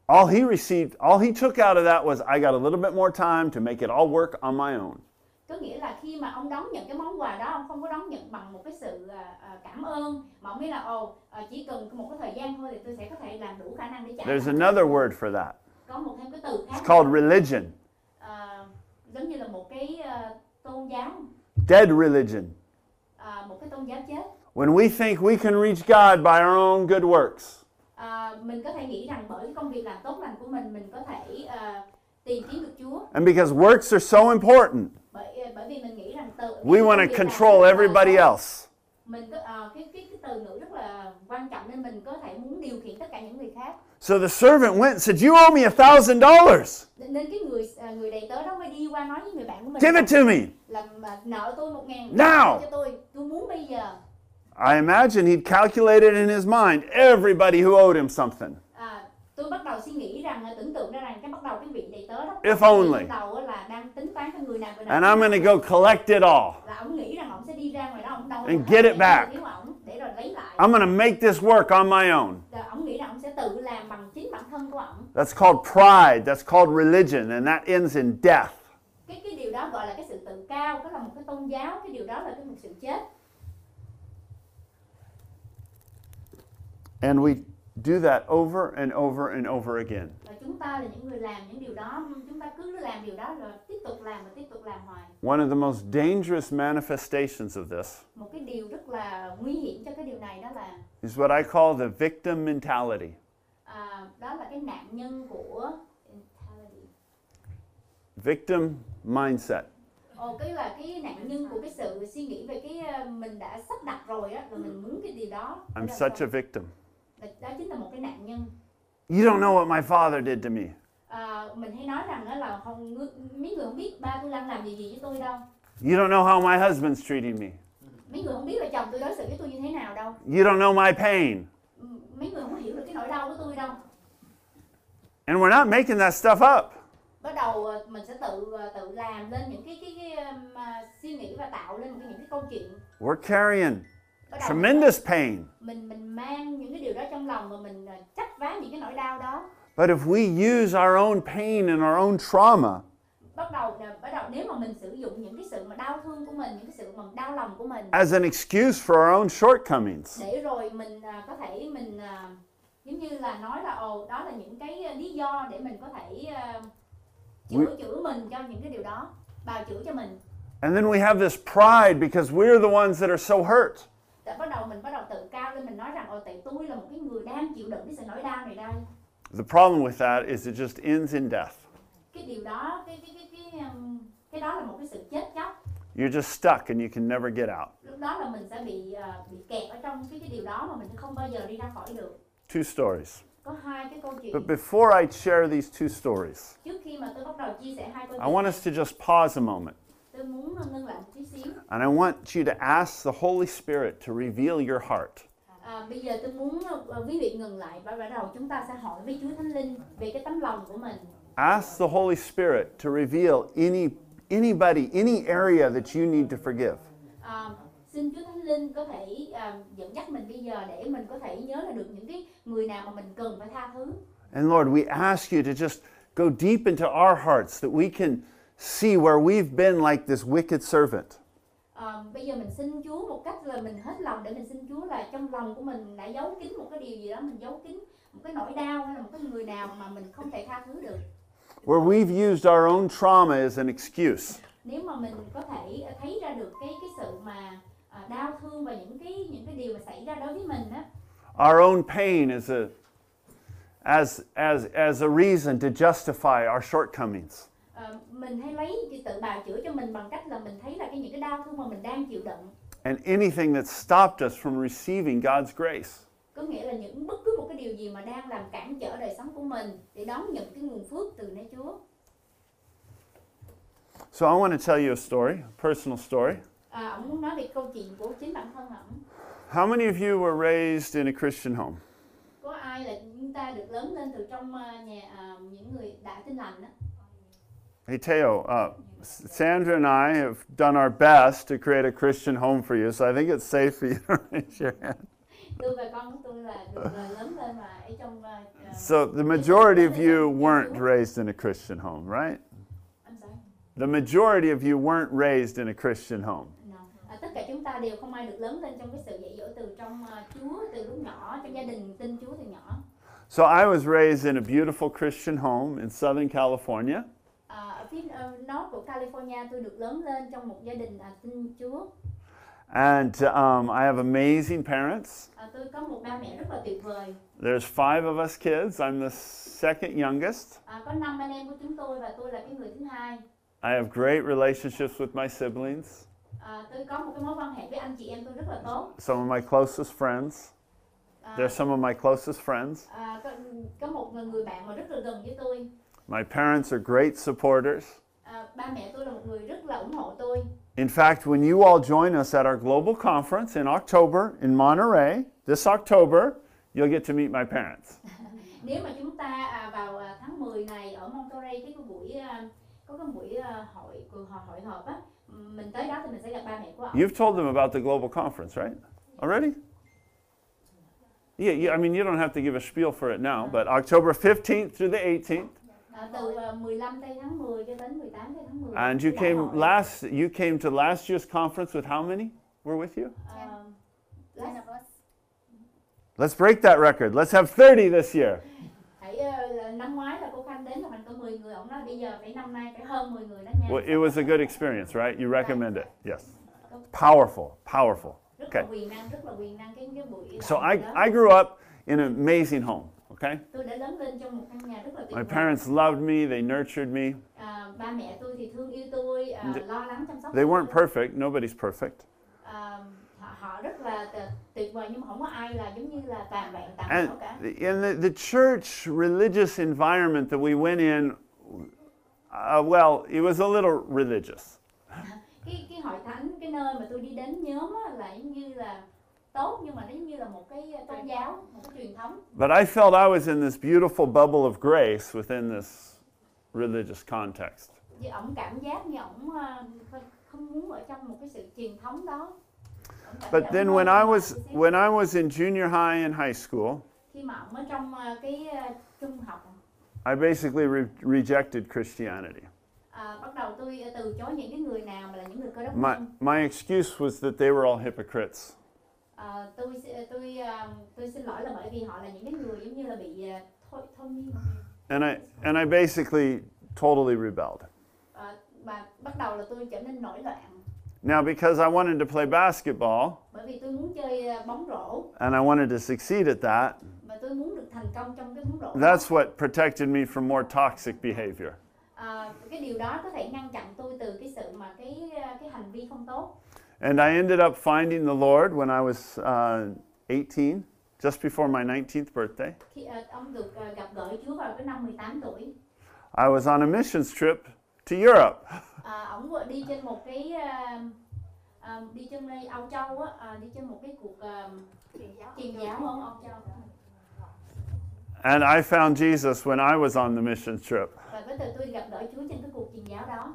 all he received, all he took out of that was I got a little bit more time to make it all work on my own.
có nghĩa là khi mà ông đón nhận cái món quà đó ông không có đón nhận bằng một cái sự à, à, cảm ơn mà ông biết là ồ à, chỉ cần một cái thời gian thôi thì tôi sẽ có thể làm đủ khả năng để trả
There's
nợ."
another word for that.
có một thêm cái từ
It's
khác
called religion,
à, giống như là một cái à, tôn giáo
dead religion.
à, một cái tôn giáo chết
When we think we can reach God by our own good works,
à, mình có thể nghĩ rằng bởi cái công việc làm tốt lành của mình mình có thể à, tìm kiếm được Chúa
and because works are so important,
bởi ờ, bởi vì mình nghĩ rằng từ
We want to control everybody else.
mình có ờ, cái, cái cái từ ngữ rất là quan trọng nên mình có thể muốn điều khiển tất cả những người khác
So the servant went and said, You owe me a thousand dollars.
nên nên cái người ờ, người đầy tớ đó mới đi qua nói với người bạn của mình
Give it to me.
là mà nợ tôi một ngàn
Now.
cho tôi tôi muốn bây giờ
I imagine he'd calculated in his mind everybody who owed him something.
à, tôi bắt đầu suy nghĩ rằng ờ, tưởng tượng ra rằng cái bắt đầu cái vị đầy tớ đó
If
cái vị
only.
ban đầu á là đang tính toán cái người nào người nào
And I'm going to go collect it all.
là ông nghĩ rằng ông sẽ đi ra ngoài đó ông đâu
And get it back.
Ông, để rồi lấy lại
I'm going to make this work on my own.
rồi ông nghĩ rằng ông sẽ tự làm bằng chính bản thân của ông
That's called pride. That's called religion. And that ends in death.
cái cái điều đó gọi là cái sự tự cao cái là một cái tôn giáo cái điều đó là cái một sự chết
And we do that over and over and over again.
và chúng ta là những người làm những điều đó chúng ta cứ làm điều đó rồi tiếp tục làm và tiếp tục làm hoài
One of the most dangerous manifestations of this
một cái điều rất là nguy hiểm cho cái điều này đó là
is what I call the victim mentality.
à, đó là cái nạn nhân của mentality.
victim mindset.
Ồ, cái là cái nạn nhân của cái sự suy nghĩ về cái à, mình đã sắp đặt rồi á rồi mình muốn cái điều đó Đó
I'm
là
such a victim.
đó- đó chính là một cái nạn nhân
You don't know what my father did to me.
à, mình hay nói rằng đó là không ngư- mấy người không biết ba tôi đang làm gì gì với tôi đâu
You don't know how my husband's treating me.
mấy người không biết là chồng tôi đối xử với tôi như thế nào đâu
You don't know my pain.
M- mấy người không hiểu được cái nỗi đau của tôi đâu
And we're not making that stuff up.
bắt đầu à, mình sẽ tự à, tự làm lên những cái cái, cái um, à, suy nghĩ và tạo lên một cái- những cái câu chuyện
We're carrying
bắt đầu mình-
tremendous pain.
mình mình mang những cái điều đó trong lòng và mình à, chấp vá những cái nỗi đau đó
But if we use our own pain and our own trauma
bắt đầu là bắt đầu nếu mà mình sử dụng những cái sự mà đau thương của mình những cái sự mà đau lòng của mình
as an excuse for our own shortcomings,
để rồi mình à, có thể mình à, giống như là nói là ồ đó là những cái à, lý do để mình có thể à, chữa chữa mình cho những cái điều đó bào chữa cho mình
and then we have this pride because we're the ones that are so hurt.
Tại bắt đầu mình bắt đầu tự cao lên mình nói rằng ồ tại tôi là một cái người đang chịu đựng cái sự nỗi đau này đây
The problem with that is it just ends in death.
cái điều đó cái cái cái cái um, cái đó là một cái sự chết chóc
You're just stuck and you can never get out.
lúc đó là mình sẽ bị à, bị kẹt ở trong cái cái điều đó mà mình không bao giờ đi ra khỏi được
Two stories.
có hai cái câu chuyện
But before I share these two stories,
trước khi mà tôi bắt đầu chia sẻ hai câu
I
chuyện
want us to just pause a moment
tôi muốn ờ, ngưng lại một chút xíu
and I want you to ask the Holy Spirit to reveal your heart.
à, bây giờ tôi muốn à, quý vị ngừng lại và bắt đầu chúng ta sẽ hỏi với Chúa Thánh Linh về cái tấm lòng của mình
Ask the Holy Spirit to reveal any anybody, any area that you need to forgive.
à, xin Chúa Thánh Linh có thể à, dẫn dắt mình bây giờ để mình có thể nhớ là được những cái người nào mà mình cần phải tha thứ
And Lord, we ask you to just go deep into our hearts that we can see where we've been like this wicked servant.
à, bây giờ mình xin Chúa một cách là mình hết lòng để mình xin Chúra là trong lòng của mình đã giấu kín một cái điều gì đó mình giấu kín một cái nỗi đau hay là một cái người nào mà mình không thể tha thứ được
Where we've used our own trauma as an excuse.
nếu mà mình có thể ờ, thấy ra được cái cái sự mà à, đau thương và những cái những cái điều mà xảy ra đối với mình á
Our own pain as a as as as a reason to justify our shortcomings.
ờ, mình hay lấy cái tự bào chữa cho mình bằng cách là mình thấy là cái những cái đau thương mà mình đang chịu đựng
and anything that stopped us from receiving God's grace.
có nghĩa là những bất cứ một cái điều gì mà đang làm cản trở đời sống của mình để đón nhận cái nguồn phước từ nơi Chúa
So I want to tell you a story, a personal story.
à, ông muốn nói về câu chuyện của chính bản thân ông
How many of you were raised in a Christian home?
có ai là chúng ta được lớn lên từ trong ờ, nhà ờ, những người đã tin lành á
Hey, Teo, uh, S- Sandra and I have done our best to create a Christian home for you, so I think it's safe for you to raise your hand.
tôi và con của tôi là được ờ, lớn lên mà ở trong ờ, ờ,
So the majority of you weren't raised in a Christian home, right?
I'm sorry.
The majority of you weren't raised in a Christian home.
No. À, tất cả chúng ta đều không ai được lớn lên trong cái sự dạy dỗ từ trong ờ, Chúa từ lúc nhỏ trong gia đình tin Chúa từ nhỏ
So I was raised in a beautiful Christian home in Southern California.
À, ở phía ờ, North của California tôi được lớn lên trong một gia đình à, tin Chúa
And um, I have amazing parents.
à, tôi có một ba mẹ rất là tuyệt vời
There's five of us kids. I'm the second youngest.
à, có năm anh em của chúng tôi và tôi là cái người thứ hai
I have great relationships with my siblings,
à, tôi có một cái mối quan hệ với anh chị em tôi rất là tốt
some of my closest friends.
à,
They're some of my closest friends.
à, có, có một người, người bạn mà rất là gần với tôi
My parents are great supporters.
à, ba mẹ tôi là một người rất là ủng hộ tôi
In fact, when you all join us at our global conference in October in Monterey, this October, you'll get to meet my parents.
nếu mà chúng ta à, vào à, tháng 10 này ở Monterey cái, cái buổi à, có cái buổi à, hội cuộc họp hội họp á mình tới đó thì mình sẽ gặp ba mẹ của ông
You've told them about the global conference, right? Already? Yeah, yeah, I mean, you don't have to give a spiel for it now, but October 15th through the 18th.
à, từ à, 15 tây tháng 10 cho đến 18 tây tháng Dạ. 10
And you
Đại
came
hội.
last you came to last year's conference with how many? Were with you?
À,
Ten
last-
of us.
Let's break that record. Let's have 30 this year.
hãy ờ, là năm ngoái là cô Khanh đến là mình có 10 người ông nói bây giờ phải năm nay phải hơn 10 người đó nha
Well, it was a good experience, right? You recommend it. Yes. Powerful, powerful.
rất
Okay.
là quyền năng rất là quyền năng cái cái buổi
So
đại
I,
hội đó.
I grew up in an amazing home, okay?
tôi đã lớn lên trong một căn nhà rất là tuyệt
My
vời
parents loved me, they nurtured me.
À, ba mẹ tôi thì thương yêu tôi à,
Th-
lo lắng chăm sóc
They
tôi.
weren't perfect, nobody's perfect.
À, họ, họ rất là t- tuyệt vời nhưng mà không có ai là giống như là toàn bạn tặng
And,
hảo cả
and the, the church religious environment that we went in, uh, well, it was a little religious.
cái cái hội thánh cái nơi mà tôi đi đến nhóm á, là giống như là tốt nhưng mà nó giống như là một cái ờ, tôn giáo một cái truyền thống
But I felt I was in this beautiful bubble of grace within this religious context.
vì ổng cảm giác như ổng ờ, không muốn ở trong một cái sự truyền thống đó Ổng cảm
But
giác
then
ổng
when
hơi
I
lạc
was
một xíu.
when I was in junior high and high school,
khi mà ổng ở trong ờ, cái ờ, trung học
I basically re- rejected Christianity.
ờ, bắt đầu tôi từ chối những cái người nào mà là những người cơ đốc
My
nhân
my excuse was that they were all hypocrites.
Ờ, tôi si- tôi ờ, tôi xin lỗi là bởi vì họ là những cái người giống như là bị ờ, thôi thôi miên
And I and I basically totally rebelled.
Ờ, và bắt đầu là tôi trở nên nổi loạn
Now because I wanted to play basketball
bởi vì tôi muốn chơi ờ, bóng rổ
and I wanted to succeed at that,
mà tôi muốn được thành công trong cái bóng rổ
that's what protected me from more toxic behavior.
Ờ, cái điều đó có thể ngăn chặn tôi từ cái sự mà cái ờ, cái hành vi không tốt
And I ended up finding the Lord when I was uh, 18, just before my 19th birthday.
khi ờ, ông được ờ, gặp gỡ Chúa vào cái năm 18 tuổi
I was on a missions trip to Europe.
à, ông vừa đi trên một cái ờ, ờ, đi trên đây Âu Châu á ờ, đi trên một cái cuộc ờ, truyền giáo ở Âu Châu
And I found Jesus when I was on the missions trip.
và với từ tôi gặp gỡ Chúa trên cái cuộc truyền giáo đó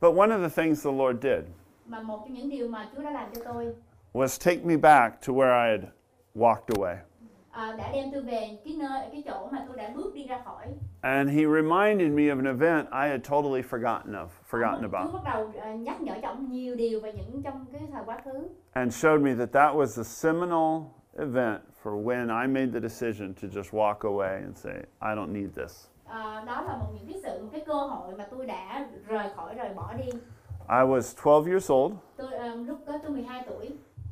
But one of the things the Lord did
mà một trong những điều mà Chúa đã làm cho tôi
was take me back to where I had walked away.
ờ, đã đem tôi về cái nơi cái chỗ mà tôi đã bước đi ra khỏi
And he reminded me of an event I had totally forgotten of, forgotten
Chúa
about,
bắt đầu ờ, nhắc nhở cho ông nhiều điều và những trong cái thời quá khứ
and showed me that that was the seminal event for when I made the decision to just walk away and say, I don't need this.
Ờ, đó là một những cái sự một cái cơ hội mà tôi đã rời khỏi rời bỏ đi
I was 12 years old
tôi ờ, lúc đó tôi 12 tuổi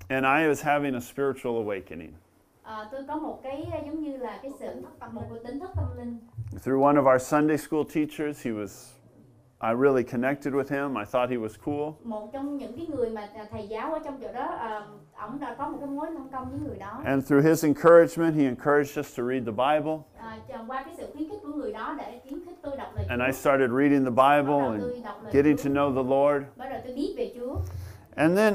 and I was having a spiritual awakening
Ờ, tôi có một cái ờ, giống như là cái sự một cái tính thức tâm linh
through one of our Sunday school teachers. He was, I really connected with him. I thought he was cool.
một trong những cái người mà ờ, thầy giáo ở trong chỗ đó ờ, ổng đã có một cái mối thông công với người đó
And through his encouragement, he encouraged us to read the Bible.
à, chờ- qua cái sự khuyến khích của người đó để khuyến khích tôi đọc lời
And I
Chúa
started reading the
bắt
Bible
đầu
and
tôi đọc lời
getting
Chúa
to know the Lord.
bắt đầu tôi biết về Chúa
And then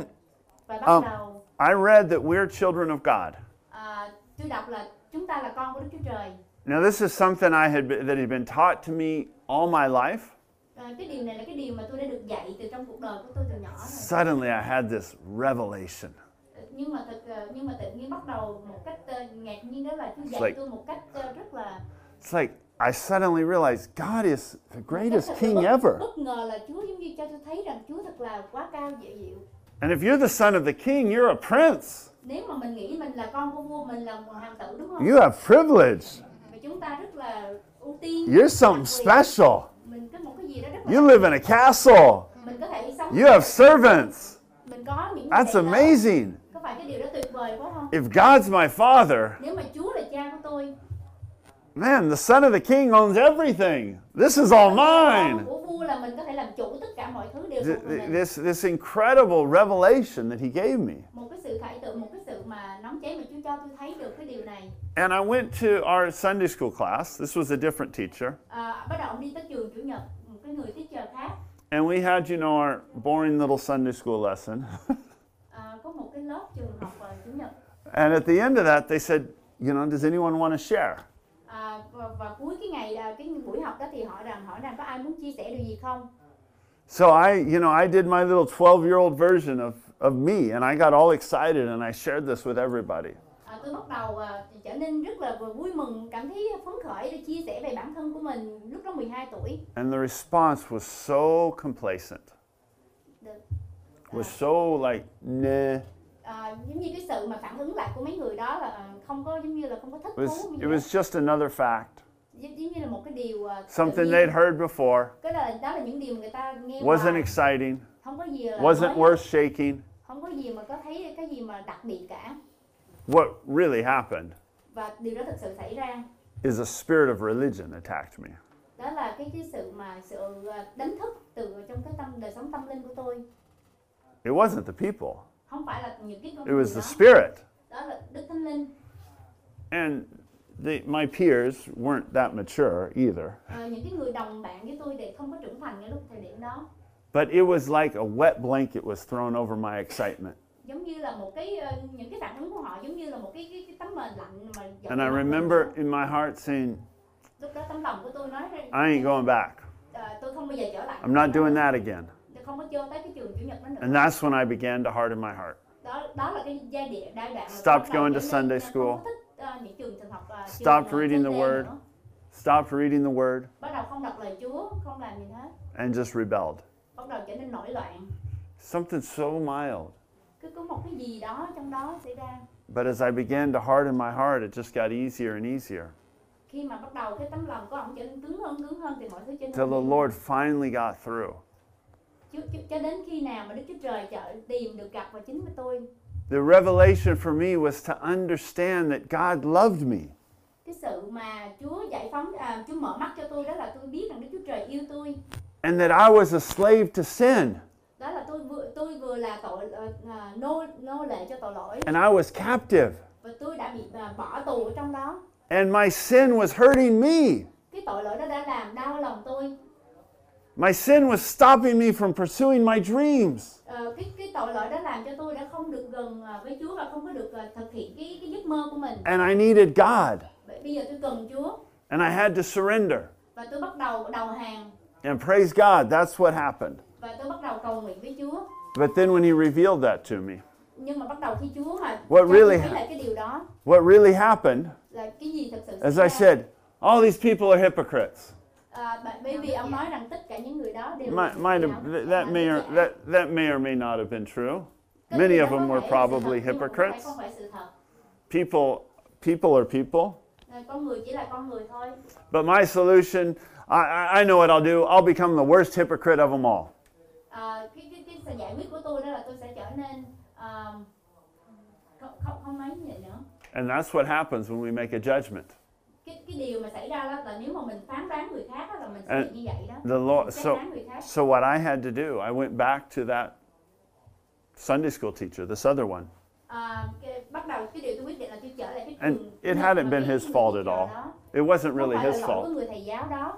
và bắt
Ông.
đầu
I read that we're children of God.
à, tôi đọc là chúng ta là con của Đức Chúa Trời
Now, this is something I had been, that had been taught to me all my life.
À, cái điều này là cái điều mà tôi đã được dạy từ trong cuộc đời của tôi từ nhỏ rồi
Suddenly, I had this revelation.
nhưng mà thực ờ, nhưng mà tự nhiên bắt đầu một cách ờ, ngạc nhiên đó là Chúa
It's
dạy
like-
tôi một cách ờ, rất là
It's like I suddenly realized God is the greatest
Rất là
king
bất-
ever.
Bất ngờ là Chúa giống như cho tôi thấy rằng Chúa thật là quá cao dịu dịu.
And if you're the son of the king, you're a prince.
Nếu mà mình nghĩ mình là con của vua, mình là một hoàng tử đúng không?
You have privilege.
Và chúng ta rất là ưu tiên.
You're something
đặc quyền.
special.
Mình có một cái gì đó rất là
You live in a castle.
mình có thể sống.
You have servants.
Mình có những cái
That's
đẹp đó.
amazing.
Có phải cái điều đó tuyệt vời quá không?
If God's my father,
Nếu mà Chúa là cha của tôi,
man, the son of the king owns everything. This is
con
all mine.
của vua là mình có thể làm chủ tất cả mọi thứ đều
Th-
thuộc về
th-
mình.
This, this incredible revelation that he gave me.
Một cái sự khải tượng, một cái sự mà nóng cháy mà Chúa cho tôi thấy được cái điều này.
And I went to our Sunday school class. This was a different teacher.
À, bắt đầu ông đi tới trường chủ nhật, một cái người teacher khác
And we had, you know, our boring little Sunday school lesson.
À, có một cái lớp trường học vào chủ nhật
and at the end of that, they said, you know, does anyone want to share?
À, vào, vào cuối cái ngày à, cái buổi học đó thì họ rằng hỏi rằng có ai muốn chia sẻ điều gì không
So I, you know, I did my little 12 year old version of, of me and I got all excited and I shared this with everybody.
à, tôi bắt đầu à, trở nên rất là vui mừng cảm thấy phấn khởi để chia sẻ về bản thân của mình lúc đó 12 tuổi
And the response was so complacent,
Được.
was so like, nah. It
à, giống như cái sự mà phản ứng lại của mấy người đó là à, không có giống như là không có thích
was,
thú gì
it
hết.
was just another fact,
giống giống như là một cái điều à, tự
something
nhiên.
they'd heard before,
cái là đó là những điều mà người ta nghe
wasn't
hoài.
exciting,
không có gì là mới,
wasn't worth shaking.
không có gì mà có thấy cái gì mà đặc biệt cả
What really happened
và điều đó thực sự xảy ra
is a spirit of religion attacked me.
đó là cái cái sự mà sự à, đánh thức từ trong cái tâm đời sống tâm linh của tôi
It wasn't the people,
không phải là những cái con
it was
người
the
đó.
spirit.
đó là đức thánh linh
And the, my peers weren't that mature either.
Ờ, những cái người đồng bạn với tôi thì không có trưởng thành ngay lúc thời điểm đó
But it was like a wet blanket was thrown over my excitement.
giống như là một cái ờ, những cái phản ứng của họ giống như là một cái cái, cái tấm mền lạnh mà dọc
And I
lòng
remember
tôi.
in my heart saying,
lúc đó tấm lòng của tôi nói rằng,
I ain't going back.
"Ờ, tôi không bao giờ trở lại
I'm not doing that again.
tôi không có chơi tới cái trường chủ nhật đó nữa
And that's when I began to harden my heart.
đó đó là cái giai đoạn giai đoạn mà
Stopped
tôi bắt đầu
going to
trở nên
Sunday
không
school.
có thích, ờ, những trường thần học ờ, trường,
Stopped
ờ,
reading the
Sunday
word.
nữa.
Stopped reading the word
bắt đầu không đọc lời Chúa không làm gì hết
and just rebelled.
bắt đầu trở nên nổi loạn
Something so mild.
cứ có một cái gì đó trong đó xảy ra
But as I began to harden my heart, it just got easier and easier.
khi mà bắt đầu cái tấm lòng của ông trở nên cứng hơn cứng hơn thì mọi thứ trở nên
Till the Lord finally got through.
cho, cho, cho đến khi nào mà Đức Chúa Trời chợ tìm được gặp vào chính với tôi
The revelation for me was to understand that God loved me.
cái sự mà Chúa giải phóng à, Chúa mở mắt cho tôi đó là tôi biết rằng Đức Chúa Trời yêu tôi
and that I was a slave to sin
đó là tôi vừa tôi vừa là tội ờ, à, nô nô lệ cho tội lỗi
and I was captive
và tôi đã bị à, bỏ tù ở trong đó
and my sin was hurting me.
cái tội lỗi đó đã làm đau lòng tôi
My sin was stopping me from pursuing my dreams.
Ờ, cái cái tội lỗi đó làm cho tôi đã không được gần à, với Chúa và không có được à, thực hiện cái cái giấc mơ của mình
And I needed God
Vậy bây giờ tôi cần Chúa
and I had to surrender.
và tôi bắt đầu đầu hàng
And praise God, that's what happened.
và tôi bắt đầu cầu nguyện với Chúa
But then when he revealed that to me,
nhưng mà bắt đầu khi Chúa mà
What
cho tôi
really
thấy
hap-
lại cái điều đó
what really happened,
là cái gì thật sự
as
xảy
I
ra.
said, all these people are hypocrites.
À, bà- bởi vì ông nói rằng tất cả những người đó đều
Might, might have, th- that may or that, that may or may not have been true.
Tất
many
cả
of
đó
them
có
were
thể là sự
probably
thật, nhưng mà cũng có thể
hypocrites.
không phải sự thật.
People, people are people.
À, con người chỉ là con người thôi
But my solution, I, I, I know what I'll do. I'll become the worst hypocrite of them all.
à, cái, cái cái sự giải quyết của tôi đó là tôi sẽ trở nên à, không không không nói như vậy nữa
And that's what happens when we make a judgment.
cái cái điều mà xảy ra đó là nếu mà mình phán đoán người khác đó là mình
À,
sẽ bị như vậy đó
The Lord.
Mình sẽ
So,
phán người khác
so what I had to do, I went back to that Sunday school teacher, this other one.
À, cái, bắt đầu cái điều tôi quyết định là tôi trở lại cái
And
trường
it
mà-
hadn't
mà
been
cái-
his
cái người
fault
thầy
at
trò
all.
đó.
It wasn't
Không
really
phải là
his
lỗi của
fault.
người thầy giáo đó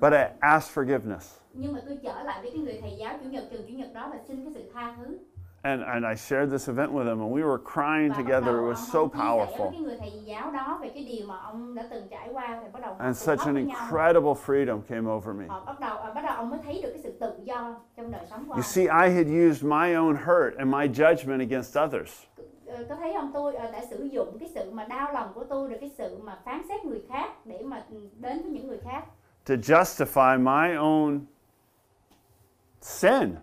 But I asked forgiveness,
nhưng mà tôi trở lại với cái người thầy giáo chủ nhật trường chủ nhật đó và xin cái sự tha thứ
and and I shared this event with him, and we were crying
và bắt
together. It
đầu
was
ông
so
chia sẻ với
powerful,
cái người thầy giáo đó về cái điều mà ông đã từng trải qua thì bắt đầu họ
and
tự
such
khóc
an
với nhau.
incredible freedom came over me.
họ bắt đầu à, bắt đầu ông mới thấy được cái sự tự do trong đời sống của
You
ông
see, I had used my own hurt and my judgment against others.
Ờ, có thấy không tôi ờ, đã sử dụng cái sự mà đau lòng của tôi rồi cái sự mà phán xét người khác để mà đến với những người khác
to justify my own sin,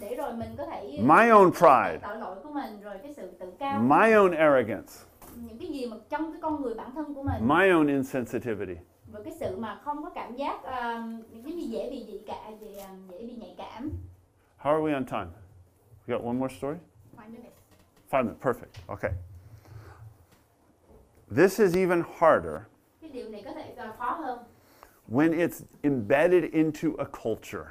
để rồi mình có thể
My own pride.
tội lỗi của mình rồi cái sự tự cao
my own arrogance,
những cái gì mà trong cái con người bản thân của mình
my own insensitivity.
và cái sự mà không có cảm giác um, giống như dễ bị dị cả dễ, um, dễ bị nhạy cảm
How are we on time? We got one more story?
Five minutes.
Five minutes, perfect. Okay. This is even harder
cái điều này có thể ờ, khó hơn
when it's embedded into a culture.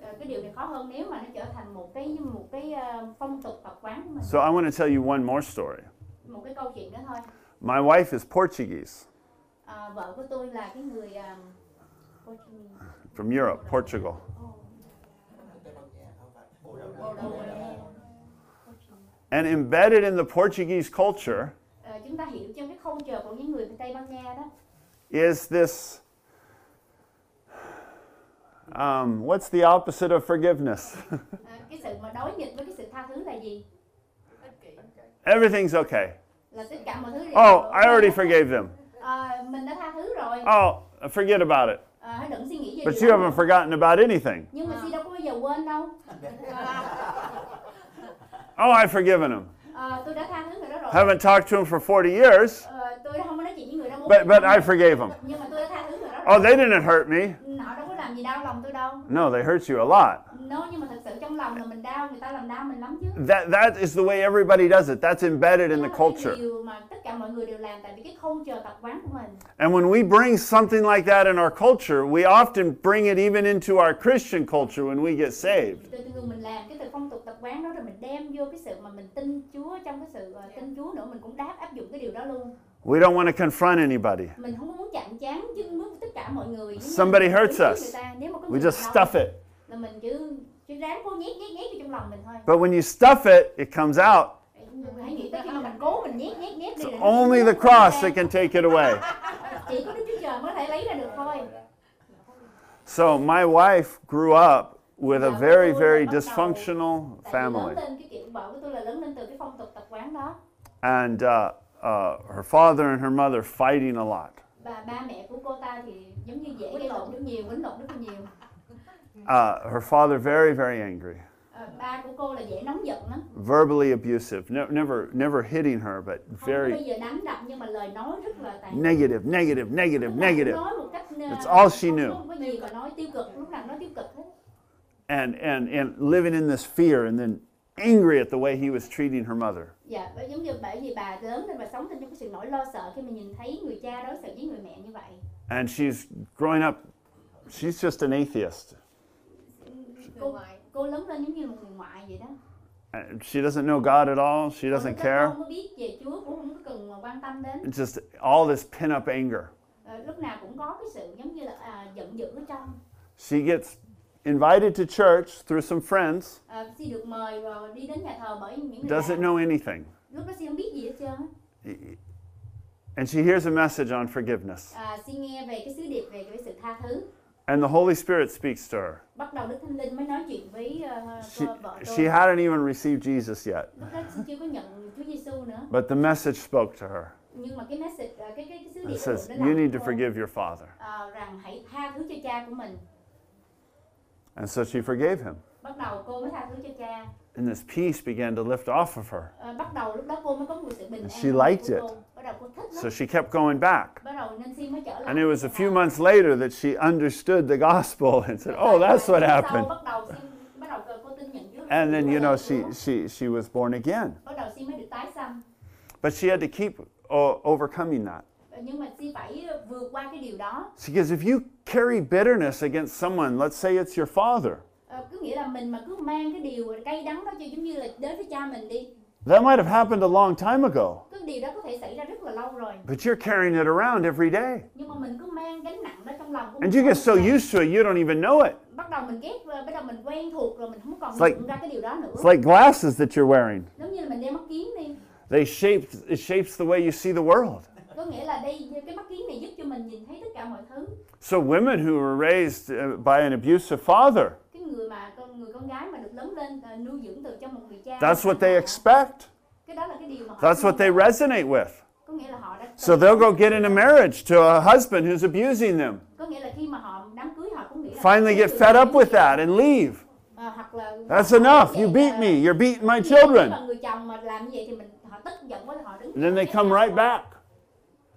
Ờ, cái điều này khó hơn nếu mà nó trở thành một cái một cái ờ, phong tục tập quán của mình
So I want to tell you one more story.
một cái câu chuyện đó thôi
My wife is Portuguese
Ờ, vợ của tôi là cái người um, Portuguese.
from Europe, Portugal. And embedded in the Portuguese culture
Ờ, chúng ta hiểu trong cái khâu chờ của những người Tây Ban Nha đó
is this um, what's the opposite of forgiveness?
à, cái sự mà đối nghịch với cái sự tha thứ là gì
Everything's okay.
là tất cả mọi thứ đều-
Oh, I already forgave them.
Ờ, mình đã tha thứ rồi
Oh, forget about it.
Ờ, hãy đừng suy nghĩ về
But
điều
you
đó.
haven't forgotten about anything.
nhưng mà si đâu có bao giờ quên đâu
Oh, I've forgiven them.
Ờ, tôi đã tha thứ người đó rồi
Haven't talked to them for 40 years,
Ờ, tôi không có nói chuyện với người đó bốn
but,
mươi
but
năm
I
rồi.
forgave them.
nhưng mà tôi đã tha thứ người đó rồi
Oh, they didn't hurt me.
họ đâu có làm gì đau lòng tôi đâu
No, they hurt you a lot.
nó nhưng mà thật sự trong lòng là mình đau người ta làm đau mình lắm chứ
That, that is the way everybody does it. That's embedded in
Đó
the
là cái
culture.
điều mà tất cả mọi người đều làm tại vì cái culture tập quán của mình
And when we bring something like that in our culture, we often bring it even into our Christian culture when we get saved.
từ từ từ mình làm cái từ phong tục tập quán đó rồi mình đem vô cái sự mà mình tin Chúa trong cái sự ờ, tin Chúa nữa mình cũng đáp áp dụng cái điều đó luôn
We don't want to confront anybody.
mình không có muốn chạm chán nhưng bước tất cả mọi người Nếu mà
Somebody
mình đứng
hurts
trước
us.
người ta, nếu mà có
We
người
just
đau,
stuff it.
là mình cứ cứ ráng cố nhét nhét nhét vào trong lòng mình thôi
But when you stuff it, it comes out.
hãy nghĩ tới khi mà mình cố mình nhét nhét nhét đi rồi nó
Only
nó
the
không
cross
ra.
that can take it away.
chỉ có Đức Chúa Trời mới thể lấy ra được thôi
So my wife grew up with a
Yeah,
very,
we
very
grew up now.
dysfunctional
tại vì lớn
family.
lên cái kiểu vợ của tôi là lớn lên từ cái phong tục tập quán đó
And uh, uh, her father and her mother fighting a lot.
và ba mẹ của cô ta thì giống như dễ gây lộn rất nhiều quýnh lộn rất nhiều
Uh, her father very, very angry,
Ờ, ba của cô là dễ nóng giận lắm
verbally abusive, ne- never, never hitting her, but
không có
very
bây giờ đánh đập nhưng mà lời nói rất là tàn
negative, negative, negative,
Lúc nào cũng
negative.
nói một cách ờ,
That's all she
không-
knew.
không có gì mà nói tiêu cực lúc nào nói tiêu cực hết
And, and, and living in this fear and then angry at the way he was treating her mother.
dạ bởi- giống như bởi vì bà lớn nên bà sống trong cái sự nỗi lo sợ khi mà nhìn thấy người cha đối xử với người mẹ như vậy
And she's growing up, she's just an atheist.
cô cô lớn lên giống như một người ngoại vậy đó
And Uh, She doesn't know God at all, she
Cô lúc
doesn't
đó
care.
không có biết về Chúa cũng không có cần mà quan tâm đến
It's just all this pent up anger.
Ờ, lúc nào cũng có cái sự giống như là à, giận dữ ở trong
She gets invited to church through some friends,
à, si được mời rồi đi đến nhà thờ bởi những người
doesn't
bạn.
know anything.
lúc đó si không biết gì hết trơn á.
And she hears a message on forgiveness.
à, si nghe về cái sứ điệp về cái sự tha thứ
And the Holy Spirit speaks to her.
bắt đầu đức thánh linh mới nói chuyện với ờ,
She,
cô- vợ
she
tôi
hadn't even received Jesus yet,
lúc đó si chưa có nhận Chúa Giêsu nữa
but the message spoke to her.
nhưng mà cái message à, cái cái, cái sứ điệp
It
của
says,
nó
You
làm
need to
cô,
forgive your father.
ờ, rằng hãy tha thứ cho cha của mình
And so she forgave him.
bắt đầu cô mới tha thứ cho cha
And this peace began to lift off of her.
Ờ, bắt đầu lúc đó cô mới có một sự bình an
She
trong lòng
liked
của
it.
cô. bắt đầu cô thích
So
lắm
she kept going back.
bắt đầu nên si mới trở lại Ờ.
And it was a
Và-
few months later that she understood the gospel and said, Oh, that's what
Sau
happened.
bắt đầu Sim- bắt đầu cô- cô tin nhận Chúa.
And then, you know, she,
Chúa.
she, she was born again.
bắt đầu Sim mới được tái sanh.
But she had to keep o- overcoming that.
Ờ, Nhưng mà Sim phải vượt qua cái điều đó.
Because if you carry bitterness against someone, let's say it's your father,
Ờ, Cứ nghĩa là mình mà cứ mang cái điều cay đắng đó cho giống như là đến với cha mình đi.
that might have happened a long time ago,
Cái điều đó có thể xảy ra rất là lâu rồi.
but you're carrying it around every day.
Nhưng mà mình cứ mang gánh nặng đó trong lòng của
And
mình.
you get so used to it, you don't even know it.
Bắt đầu mình ghét, rồi, bắt đầu mình quen thuộc rồi mình không còn
It's like-
nhận ra cái điều đó nữa.
It's like glasses that you're wearing,
Giống như là mình đeo mắt kiến đi.
they shape, it shapes the way you see the world.
Có nghĩa là đây cái mắt kiến này giúp cho mình nhìn thấy tất cả mọi thứ.
So, women who were raised uh, by an abusive father,
Cái người mà con người con gái mà được lớn lên ờ, nuôi dưỡng từ trong một người cha.
that's what they
Họ-
expect,
cái đó là cái điều mà họ
that's what they
mong đợi.
resonate with.
có nghĩa là họ đã
So, they'll go get in a marriage to a husband who's abusing them,
có nghĩa là khi mà họ đám cưới họ cũng nghĩ là
finally get fed up with that and leave.
Ờ, hoặc là họ
That's enough.
cũng
You
vậy
beat
là-
me. You're beating my
Khi mà
children.
người chồng mà làm như vậy thì mình họ tức giận quá là họ đứng
And then they
cái
come
nhau
right
thôi.
back.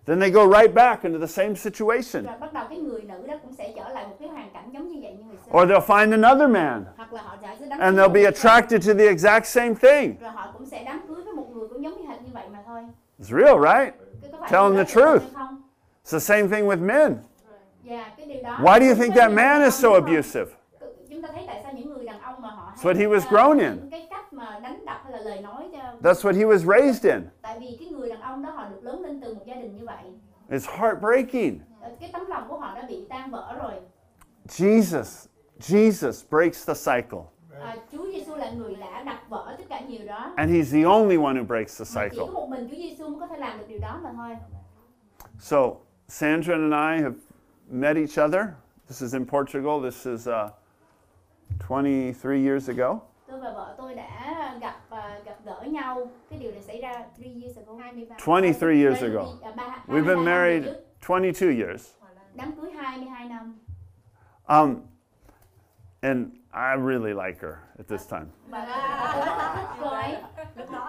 Then they go right back into the same situation.
rồi bắt đầu cái người nữ đó cũng sẽ trở lại một cái hoàn cảnh giống như vậy như người xưa
Or they'll find another man
hoặc là họ sẽ đám
and
cưới
they'll be
một người-
attracted to the exact same thing.
rồi họ cũng sẽ đám cưới với một người cũng giống như hệt như vậy mà thôi
It's real, right?
Cái có phải điều
Tell them
đó
the
là thật hay
truth.
không
It's the same thing with men.
Dạ, cái điều đó
Why do you
Chúng
think
ta
that
thấy
man
đàn
is so
ông đúng không?
abusive?
chúng ta thấy tại sao những người đàn ông mà họ
It's what he was
ờ,
grown in.
cái cách mà đánh đập hay là lời nói cho
That's what he was raised in.
tại vì cái người đàn ông đó họ được lớn lên từ một gia đình như vậy
It's heartbreaking.
Ờ, cái tấm lòng của họ đã bị tan vỡ rồi
Jesus, Jesus breaks the cycle.
à, Chúa Giêsu là người đã đập vỡ tất cả nhiều đó
And he's the only one who breaks the
Mà chỉ có
cycle.
một mình Chúa Giêsu mới có thể làm được điều đó mà thôi
So Sandra and I have met each other. This is in Portugal. This is uh, 23 years ago.
Tôi và vợ tôi đã gặp à, gặp gỡ nhau. Cái điều này xảy ra 3 years ago. 23.
23 years ago.
À, ba-
We've
23 năm
been married
trước.
22 years.
Đám cưới 22 năm.
Um, and I really like her at this time.
Cô ấy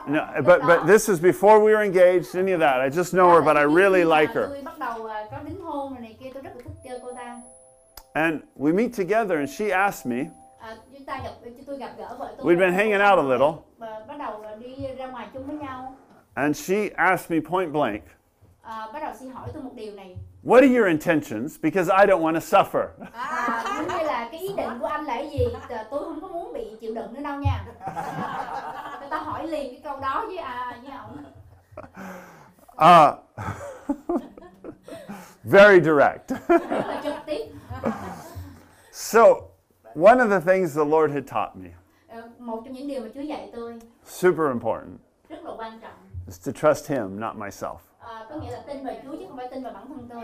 No, but, but this is before we were engaged, any of that. I just know her, but I really
Khi mà
like her.
Tôi bắt đầu à, có đính hôn rồi này kia tôi rất là thích chơi cô ta.
And we meet together, and she asked me,
À, chúng ta gặp chúng tôi gặp gỡ vợ tôi.
we'd been hanging out a little,
Và bắt đầu là đi ra ngoài chung với nhau.
and she asked me point blank,
À, bắt đầu xin hỏi tôi một điều này.
What are your intentions? Because I don't want to suffer.
À, giống như là cái ý định của anh là cái gì? Tờ- Tôi không có muốn bị chịu đựng nữa đâu nha. Người ta hỏi liền cái câu đó với à, với ông.
Uh, very direct.
Rất là trực tiếp.
So, one of the things the Lord had taught me,
Ờ, Một trong những điều mà Chúa dạy tôi
super important,
rất là quan trọng.
is to trust Him, not myself.
À, có nghĩa là tin vào Chúa chứ không phải tin vào bản thân tôi.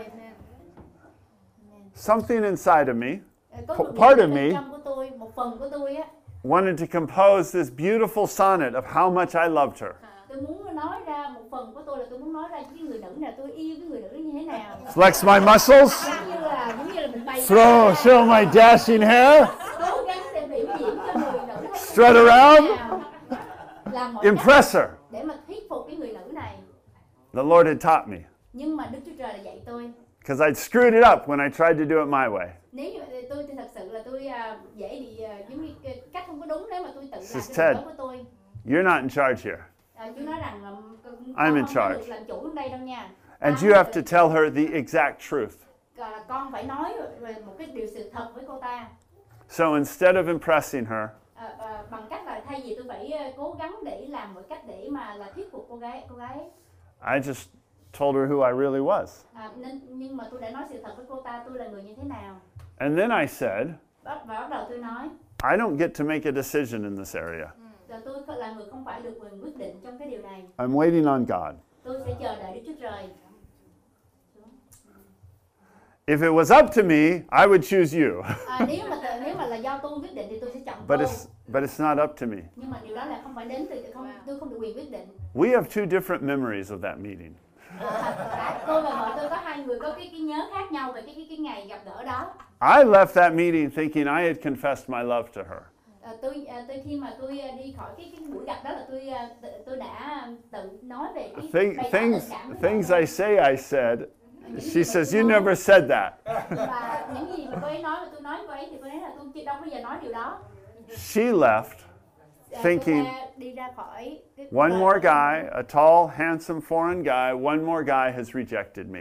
Something inside of me
Ờ, Có
P-
một
part
điều
of me-
bên trong của tôi, một phần của tôi á,
wanted to compose this beautiful sonnet of how much I loved her.
tôi muốn nói ra một phần của tôi là tôi muốn nói ra cái người nữ này tôi yêu cái người nữ như thế nào.
Flex my muscles,
Giống như là giống như là mình bày
throw, show my dashing hair,
cố gắng để biểu diễn cho người nữ thấy
Strut
như thế
around.
nào. làm mọi cách
impress her.
để mà thuyết phục cái người nữ này
The Lord had taught me
nhưng mà đức chúa trời đã dạy tôi
because I'd screwed it up when I tried to do it my way.
nếu như vậy thì tôi thì thật sự là tôi à, dễ bị à, giống như cái cách không có đúng nếu mà tôi tự làm
Sis
cái
Ted.
đó của tôi
You're not in charge here.
à, chú nói rằng là con
I'm in
không có
charge.
được làm chủ trong đây đâu nha
And
À,
you have to tell her the exact truth.
gọi là con phải nói về một cái điều sự thật với cô ta
So instead of impressing her,
à, à, bằng cách là thay vì tôi phải à, cố gắng để làm mọi cách để mà là thuyết phục cô gái cô gái
I just told her who I really was.
à, nên nhưng mà tôi đã nói sự thật với cô ta tôi là người như thế nào
And then I said,
Bắt- và bắt đầu tôi nói
I don't get to make a decision in this area.
là tôi là người không phải được quyền quyết định trong cái điều này
I'm waiting on God.
tôi sẽ chờ đợi đức chúa trời
If it was up to me, I would choose you.
à, nếu mà tự- nếu mà là do tôi quyết định thì tôi sẽ chọn
But
tôi
it's but it's not up to me.
nhưng mà điều đó là không phải đến từ không tôi không được quyền quyết định
We have two different memories of that meeting.
à, tôi và vợ tôi có hai người có cái, cái nhớ khác nhau về cái cái, cái ngày gặp gỡ đó
I left that meeting thinking I had confessed my love to her.
à, tôi à, tôi khi mà tôi à, đi khỏi cái cái buổi gặp đó là tôi à, tự- tôi đã tự nói về cái bày
Thi-
tỏ tình
things
cảm của
things
tôi.
I say I said.
Những gì
She
mà
says
tôi
you
nói
never said that.
và những gì mà cô ấy nói mà tôi nói với cô ấy thì cô ấy là tôi chưa đâu bao giờ nói điều đó
She left
À,
Thinking,
cô ta đi ra khỏi cái-
one
và-
more guy, a tall, handsome foreign guy, one more guy has rejected me.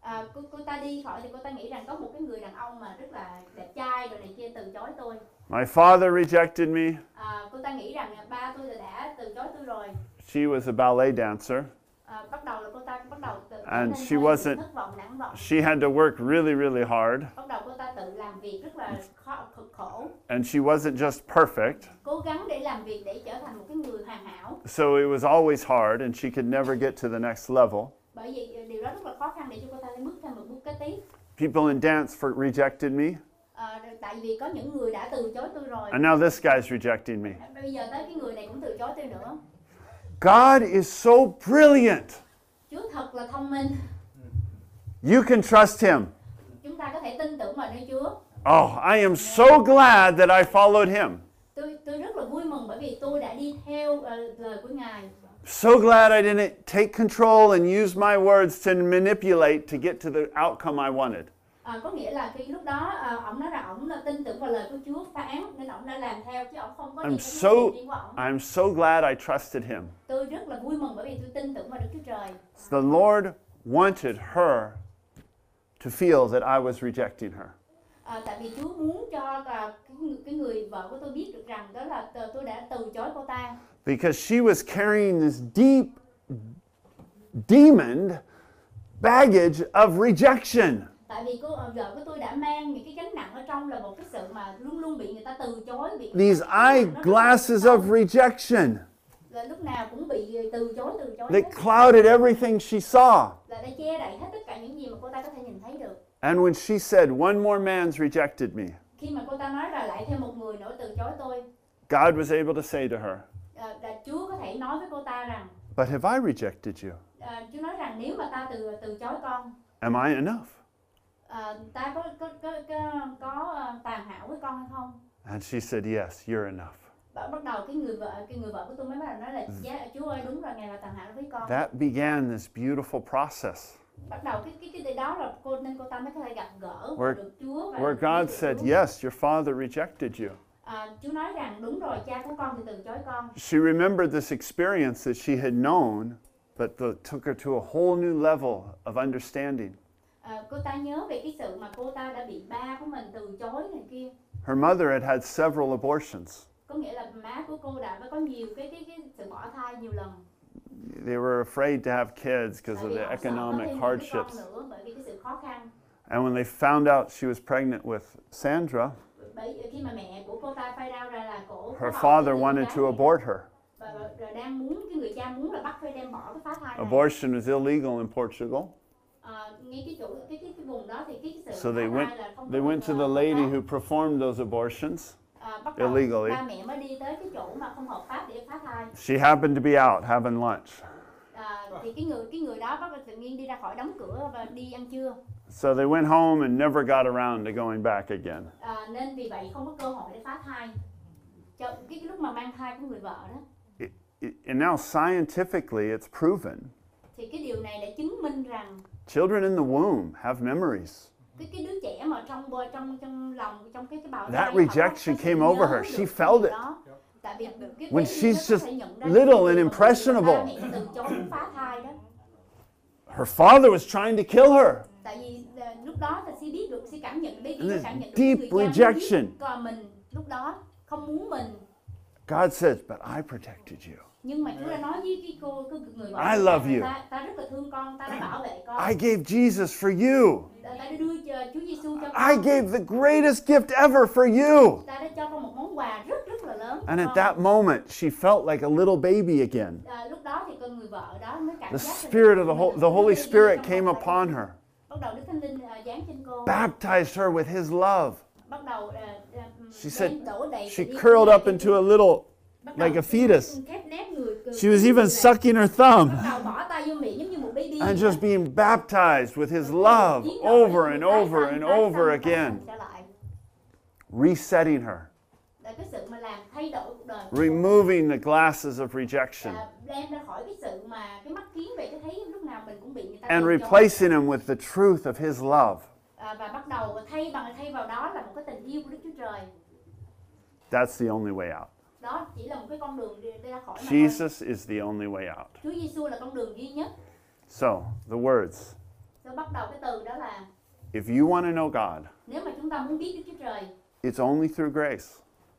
À, cô, cô ta đi khỏi thì cô ta nghĩ rằng có một cái người đàn ông mà rất là đẹp trai rồi này kia từ chối tôi
My father rejected me.
à, cô ta nghĩ rằng là ba tôi đã từ chối tôi rồi
She was a ballet dancer.
à, bắt đầu là cô ta bắt đầu tự trở
And
nên
she
hơi
wasn't-
thất vọng nản vọng
She had to work really, really hard,
bắt đầu cô ta tự làm việc rất
Ừ.
là khó, cực khổ
and she wasn't just perfect.
cố gắng để làm việc để trở thành một cái người hoàn hảo
So it was always hard, and she could never get to the next level.
bởi vì ờ, điều đó rất là khó khăn để cho cô ta bước thêm một bước kế tiếp
People in dance for, rejected me,
à, rồi- tại vì có những người đã từ chối tôi rồi
and now this guy's rejecting me.
À, bây giờ tới cái người này cũng từ chối tôi nữa
God is so brilliant.
Chúa thật là thông minh
You can trust him.
chúng ta có thể tin tưởng vào nơi Chúa
Oh, I am so glad that I followed him.
tôi tôi rất là vui mừng bởi vì tôi đã đi theo ờ, lời của ngài
So glad I didn't take control and use my words to manipulate to get to the outcome I wanted.
Ờ, có nghĩa là khi lúc đó ờ, ổng nói rằng ổng là tin tưởng vào lời của Chúa phán nên ổng đã làm theo chứ ổng không có
I'm
đi theo
so-
cái gì của ổng.
I'm so glad I trusted him.
Tôi rất là vui mừng bởi vì tôi tin tưởng vào Đức Chúa Trời.
The Lord wanted her to feel that I was rejecting her.
Ờ, tại vì Chúa muốn cho ờ, cái, người- cái người vợ của tôi biết được rằng đó là tờ- tôi đã từ chối cô ta
because she was carrying this deep, demoned baggage of rejection.
tại vì cô ờ, vợ của tôi đã mang những cái gánh nặng ở trong là một cái sự mà luôn luôn bị người ta từ chối bị
These eyeglasses of rejection.
là lúc nào cũng bị từ chối từ chối
They
hết.
clouded everything she saw.
là đã che đậy hết tất cả những gì mà cô ta có thể nhìn thấy được
And when she said, One more man's rejected me,
khi mà cô ta nói là lại thêm một người nữa từ chối tôi
God was able to say to her,
à, là Chúa có thể nói với cô ta rằng
But have I rejected you?
à, Chúa nói rằng nếu mà ta từ từ chối con
Am I enough?
à, ta có có có có, có à, tàn hảo với con hay không
And she said, Yes, you're enough.
Bà- bắt đầu cái người vợ cái người vợ của tôi mới bắt đầu nói là
Ừ.
"Dạ, Chúa ơi đúng rồi ngài là tàn hảo với con
That began this beautiful process
bắt đầu cái cái cái điều đó là cô nên cô ta mới có thể gặp gỡ
Where-
được Chúa và
where
được
God
Chúa.
said, Yes, your father rejected you.
à, Chúa nói rằng đúng rồi cha của con thì từ chối con
She remembered this experience that she had known, but that took her to a whole new level of understanding.
à, cô ta nhớ về cái sự mà cô ta đã bị ba của mình từ chối này kia
Her mother had had several abortions.
có nghĩa là má của cô đã có nhiều cái cái, cái sự bỏ thai nhiều lần
They were afraid to have kids because
Tại
of
vì
the
họ sợ có thêm
economic
một đứa con
hardships.
nữa bởi vì cái sự khó khăn
And when they found out she was pregnant with Sandra,
bởi khi mà mẹ của cô ta find out ra là cổ
her father wanted to
abort
abort her.
và, và, và đang muốn cái người cha muốn là bắt phải đem bỏ cái phá thai này.
Abortion was illegal in Portugal,
Ờ, ngay cái chỗ cái, cái cái vùng đó thì cái, cái sự
so they
phá
went.
thai là không
They
có
went to
được,
the
ờ,
lady
hợp
who performed those abortions.
pháp. Ờ, bắt đầu
illegally.
ba mẹ mới đi tới cái chỗ mà không hợp pháp để phá thai
She happened to be out having lunch,
Ờ, thì cái người cái người đó bắt đầu tự nhiên đi ra khỏi đóng cửa và đi ăn trưa
so they went home and never got around to going back again.
Ờ, nên vì vậy không có cơ hội để phá thai cho cái, cái lúc mà mang thai của người vợ đó
It, it, and now scientifically, it's proven
thì cái điều này đã chứng minh rằng
children in the womb have memories.
cái cái đứa trẻ mà trong bờ trong trong lòng trong cái cái bào
That
thai họ có-
rejection
có sự
came
nhớ
over her.
được
She
cái
felt
điều
it.
đó. Tại vì cái- cái-
When
cái-
she's
nó có
just
thể nhận ra
little
cái điều
and
mà
impressionable.
ba mẹ từ chối phá thai đó.
Her father was trying to kill her.
Tại vì à, lúc đó là she biết được, she cảm nhận đấy,
And
she
then
cảm nhận được
deep
người cha muốn giết
rejection.
con mình lúc đó không muốn mình
God says, "But I protected you.
nhưng mà Chúa đã nói với cái cô cái người vợ
I
của
love
ta,
you.
ta, ta rất là thương con, ta đã bảo vệ con,
I gave Jesus for you.
ta, ta đã đưa cho- Chúa Giêsu cho
I
con,
gave the greatest gift ever for you."
ta đã cho con một món quà rất rất là lớn.
And
con.
at that moment, she felt like a little baby again.
À, lúc đó thì con người vợ đó mới cảm
The
giác là-
spirit of the Hol-
mình
the
được
Holy
Chúa Giêsu
Spirit
trong
came
lòng con.
upon her,
bắt đầu Đức Thánh Linh à, giáng trên cô
baptized her with His love.
bắt đầu à, à,
She
đem
said
đổ đầy
She
tình yêu
curled
của
up
mình.
into a little.
Bắt
like
đầu
a fetus.
khép nép người cười-
She was even
cười
sucking her
lại. bắt
thumb
đầu bỏ tay vô miệng giống như một baby
and just being baptized with His love over and over and over again, resetting her,
là cái sự mà làm thay đổi cuộc đời của cô.
removing the glasses of rejection,
À, đem ra khỏi cái sự mà cái mắt kiến về cái thấy lúc nào mình cũng bị người ta
and
từ chối.
replacing them with the truth of His love.
À, và bắt đầu thay bằng thay vào đó là một cái tình yêu của Đức Chúa Trời
That's the only way out.
đó chỉ là một cái con đường đi đi ra khỏi mà thôi.
Jesus is the only way out.
Chúa Giêsu là con đường duy nhất.
So, the words
Tôi bắt đầu cái từ đó là
if you want to know God,
nếu mà chúng ta muốn biết Đức Chúa Trời
it's only through grace,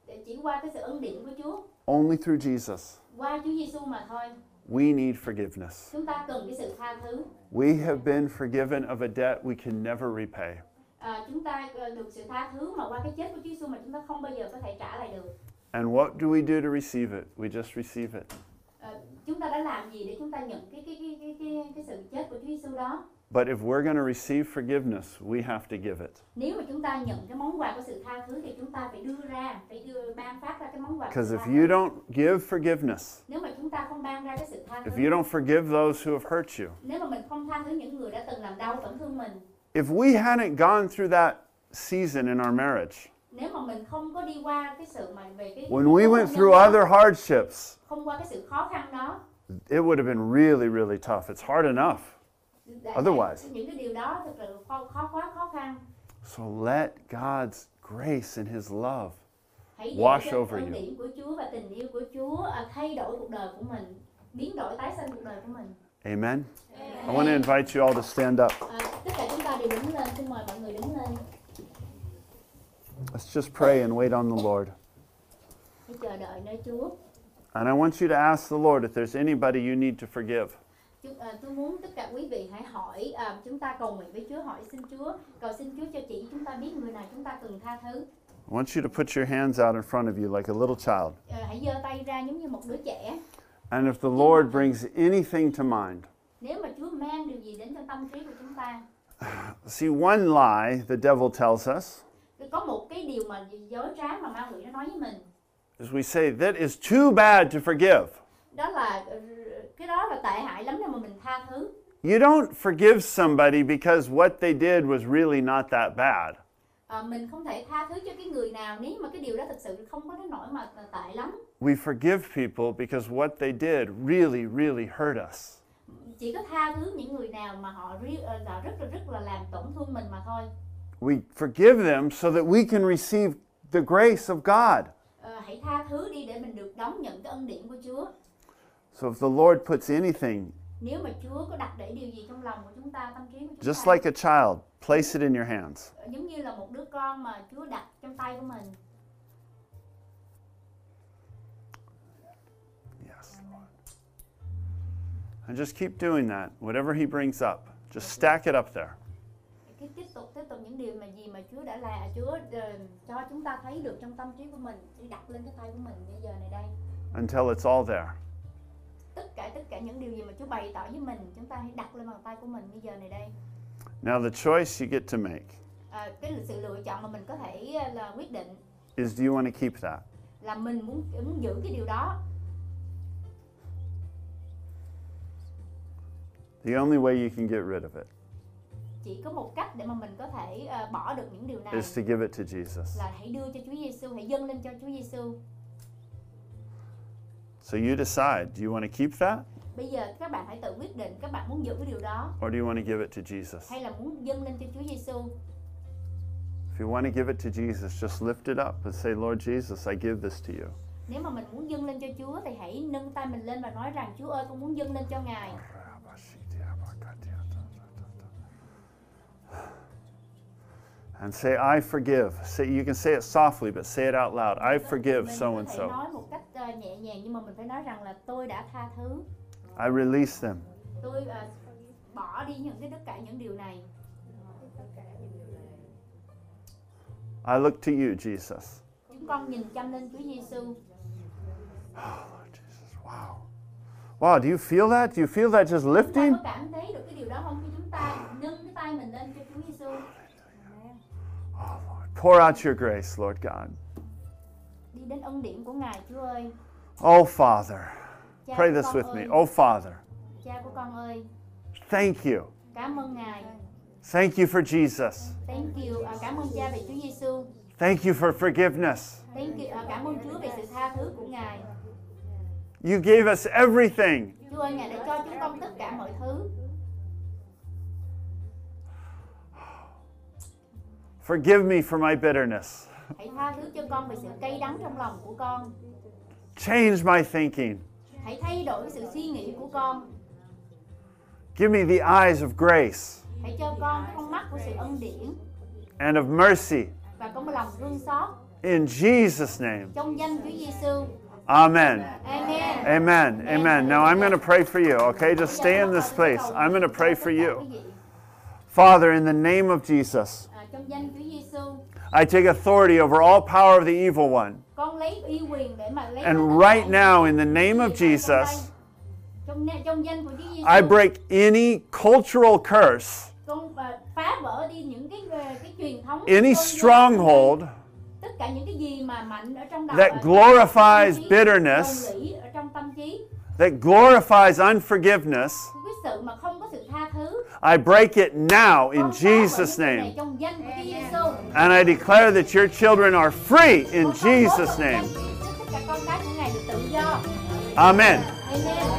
để chỉ qua cái sự ân điển của Chúa,
only through Jesus.
qua Chúa Giêsu mà thôi.
We need forgiveness.
Chúng ta cần cái sự tha thứ.
We have been forgiven of a debt we can never repay.
À, chúng ta ờ, được sự tha thứ mà qua cái chết của Chúa Giêsu mà chúng ta không bao giờ có thể trả lại được.
And what do we do to receive it? We just receive it.
Ờ, chúng ta đã làm gì để chúng ta nhận cái cái cái cái cái, cái sự chết của Chúa Giêsu đó?
But if we're going to receive forgiveness, we have to give it
Nếu mà chúng ta nhận cái món quà của sự tha thứ thì chúng ta phải đưa ra, phải đưa ban phát ra cái món quà. của
because
sự
if
tha
you
thứ.
don't give forgiveness,
Nếu mà chúng ta không ban ra cái sự tha
if
thứ,
you don't forgive those who have hurt you,
nếu mà mình không tha thứ những người đã từng làm đau tổn thương mình,
if we hadn't gone through that season in our marriage,
nếu mà mình không có đi qua cái sự mà về cái
when we
cái
went
hôn
through
nhân đó,
other hardships,
không qua cái sự khó khăn đó
it would have been really, really tough. It's hard enough.
đã-
Otherwise.
những cái điều đó thực sự khó, khó quá khó khăn
So let God's grace and His love
hãy
Wash
cho
over
ân
you.
điển của Chúa và tình yêu của Chúa à, thay đổi cuộc đời của mình biến đổi tái sinh cuộc đời của mình
Amen. I want to invite you all to stand up.
à, tất cả chúng ta đều đứng lên xin mời mọi người đứng lên
Let's just pray and wait on the Lord.
hãy chờ đợi nơi Chúa
And I want you to ask the Lord if there's anybody you need to forgive.
Chúng, à, tôi muốn tất cả quý vị hãy hỏi à, chúng ta cầu nguyện với Chúa hỏi xin Chúa cầu xin Chúa cho chỉ chúng ta biết người nào chúng ta cần tha thứ
I want you to put your hands out in front of you like a little child
à, hãy giơ tay ra giống như một đứa trẻ
And if the Lord brings anything to mind,
Nếu mà Chúa mang điều gì đến cho tâm trí của chúng ta
see, one lie the devil tells us
thì có một cái điều mà dối trá mà ma quỷ nó nói với mình
is we say, that is too bad to forgive.
đó là ừ, cái đó là tệ hại lắm nếu mà mình tha thứ
You don't forgive somebody because what they did was really not that bad.
à, mình không thể tha thứ cho cái người nào nếu mà cái điều đó thực sự không có đến nỗi mà tệ lắm
We forgive people because what they did really, really hurt us.
chỉ có tha thứ những người nào mà họ ri- ờ, là rất là rất là làm tổn thương mình mà thôi
We forgive them so that we can receive the grace of God.
Ờ, hãy tha thứ đi để mình được đón nhận cái ân điển của Chúa
So if the Lord puts anything,
nếu mà Chúa có đặt để điều gì trong lòng của chúng ta tâm trí của chúng
just
ta ờ,
like a child, place it in your hands.
giống như là một đứa con mà Chúa đặt trong tay của mình
Yes, Lord. And just keep doing that. Whatever He brings up, just stack it up there.
Cứ tiếp tục tiếp tục những điều mà gì mà Chúa đã là Chúa ờ, cho chúng ta thấy được trong tâm trí của mình thì đặt lên cái tay của mình bây giờ này đây
until it's all there.
tất cả tất cả những điều gì mà Chúa bày tỏ với mình chúng ta hãy đặt lên bàn tay của mình bây giờ này đây
Now, the choice you get to make
à, cái lựa- sự lựa chọn mà mình có thể ờ, là quyết định
is do you want to keep that?
là mình muốn muốn giữ cái điều đó
The only way you can get rid of it
chỉ có một cách để mà mình có thể ờ, bỏ được những điều này
is to give it to Jesus.
là hãy đưa cho Chúa Giêsu hãy dâng lên cho Chúa Giêsu
So you decide do you want to keep that
bây giờ các bạn hãy tự quyết định các bạn muốn giữ cái điều đó
or do you want to give it to Jesus?
hay là muốn dâng lên cho Chúa Giêsu
If you want to give it to Jesus, just lift it up and say, Lord Jesus, I give this to you.
nếu mà mình muốn dâng lên cho Chúa thì hãy nâng tay mình lên và nói rằng Chúa ơi con muốn dâng lên cho Ngài
And say, I forgive. Say, you can say it softly, but say it out loud. I forgive
mình
so
có
and
thể
so.
nói một cách ờ, nhẹ nhàng nhưng mà mình phải nói rằng là tôi đã tha thứ
I release them.
tôi ờ, bỏ đi những cái tất cả những điều này
I look to you, Jesus.
chúng con nhìn chăm lên Chúa Giêsu
Lord Jesus, wow. Wow, do you feel that? Do you feel that just
chúng ta
lifting?
có cảm thấy được cái điều đó không khi chúng ta nâng cái tay mình lên cho Chúa Giêsu
Oh, Lord. Pour out your grace, Lord God.
đi đến ân điển của Ngài Chúa ơi
Oh, Father.
cha
Pray
của
this
con
with me.
ơi,
Oh, Father,
cha của con ơi
thank you.
cảm ơn Ngài
Thank you for Jesus.
thank you ờ, cảm ơn cha về Chúa Giêsu
Thank you for forgiveness.
thank you ờ, cảm ơn Chúa về sự tha thứ của Ngài
You gave us everything.
Chúa ơi, Ngài đã cho chúng con tất cả mọi thứ.
Forgive me for my bitterness.
Hãy tha thứ cho con về sự cay đắng trong lòng của con.
Change my thinking.
Hãy thay đổi cái sự suy nghĩ của con.
Give me the eyes of grace
Hãy cho con cái con mắt của sự ân điển
and of mercy.
và có một lòng thương xót
In Jesus' name.
trong danh Chúa Giêsu.
Amen.
Amen.
Amen. Amen. Now I'm going to pray for you, okay? Just stay in this place. I'm going to pray for you. Father, in the name of Jesus,
À, trong danh Chúa Giêsu,
I take authority over all power of the evil one.
con lấy uy quyền để mà lấy
And right now, in the name of Jesus,
trong na- trong danh của Chúa Giêsu,
I break any cultural curse,
con à, phá vỡ đi những cái à, cái truyền thống
any stronghold
tất cả những cái gì mà mạnh ở trong đầu
That
ở trong
glorifies
tâm trí,
bitterness.
đồng lũy ở trong tâm trí
that glorifies unforgiveness.
cái sự mà không có sự tha thứ
I break it now in
Con phá vỡ
Jesus'
những điều này
name.
trong danh của Chúa Giêsu
And I declare that your children are free
Con
in
công bố
Jesus'
trong danh
name.
Chúa Giêsu, tất cả con cái của Ngài được tự do
Amen.
Amen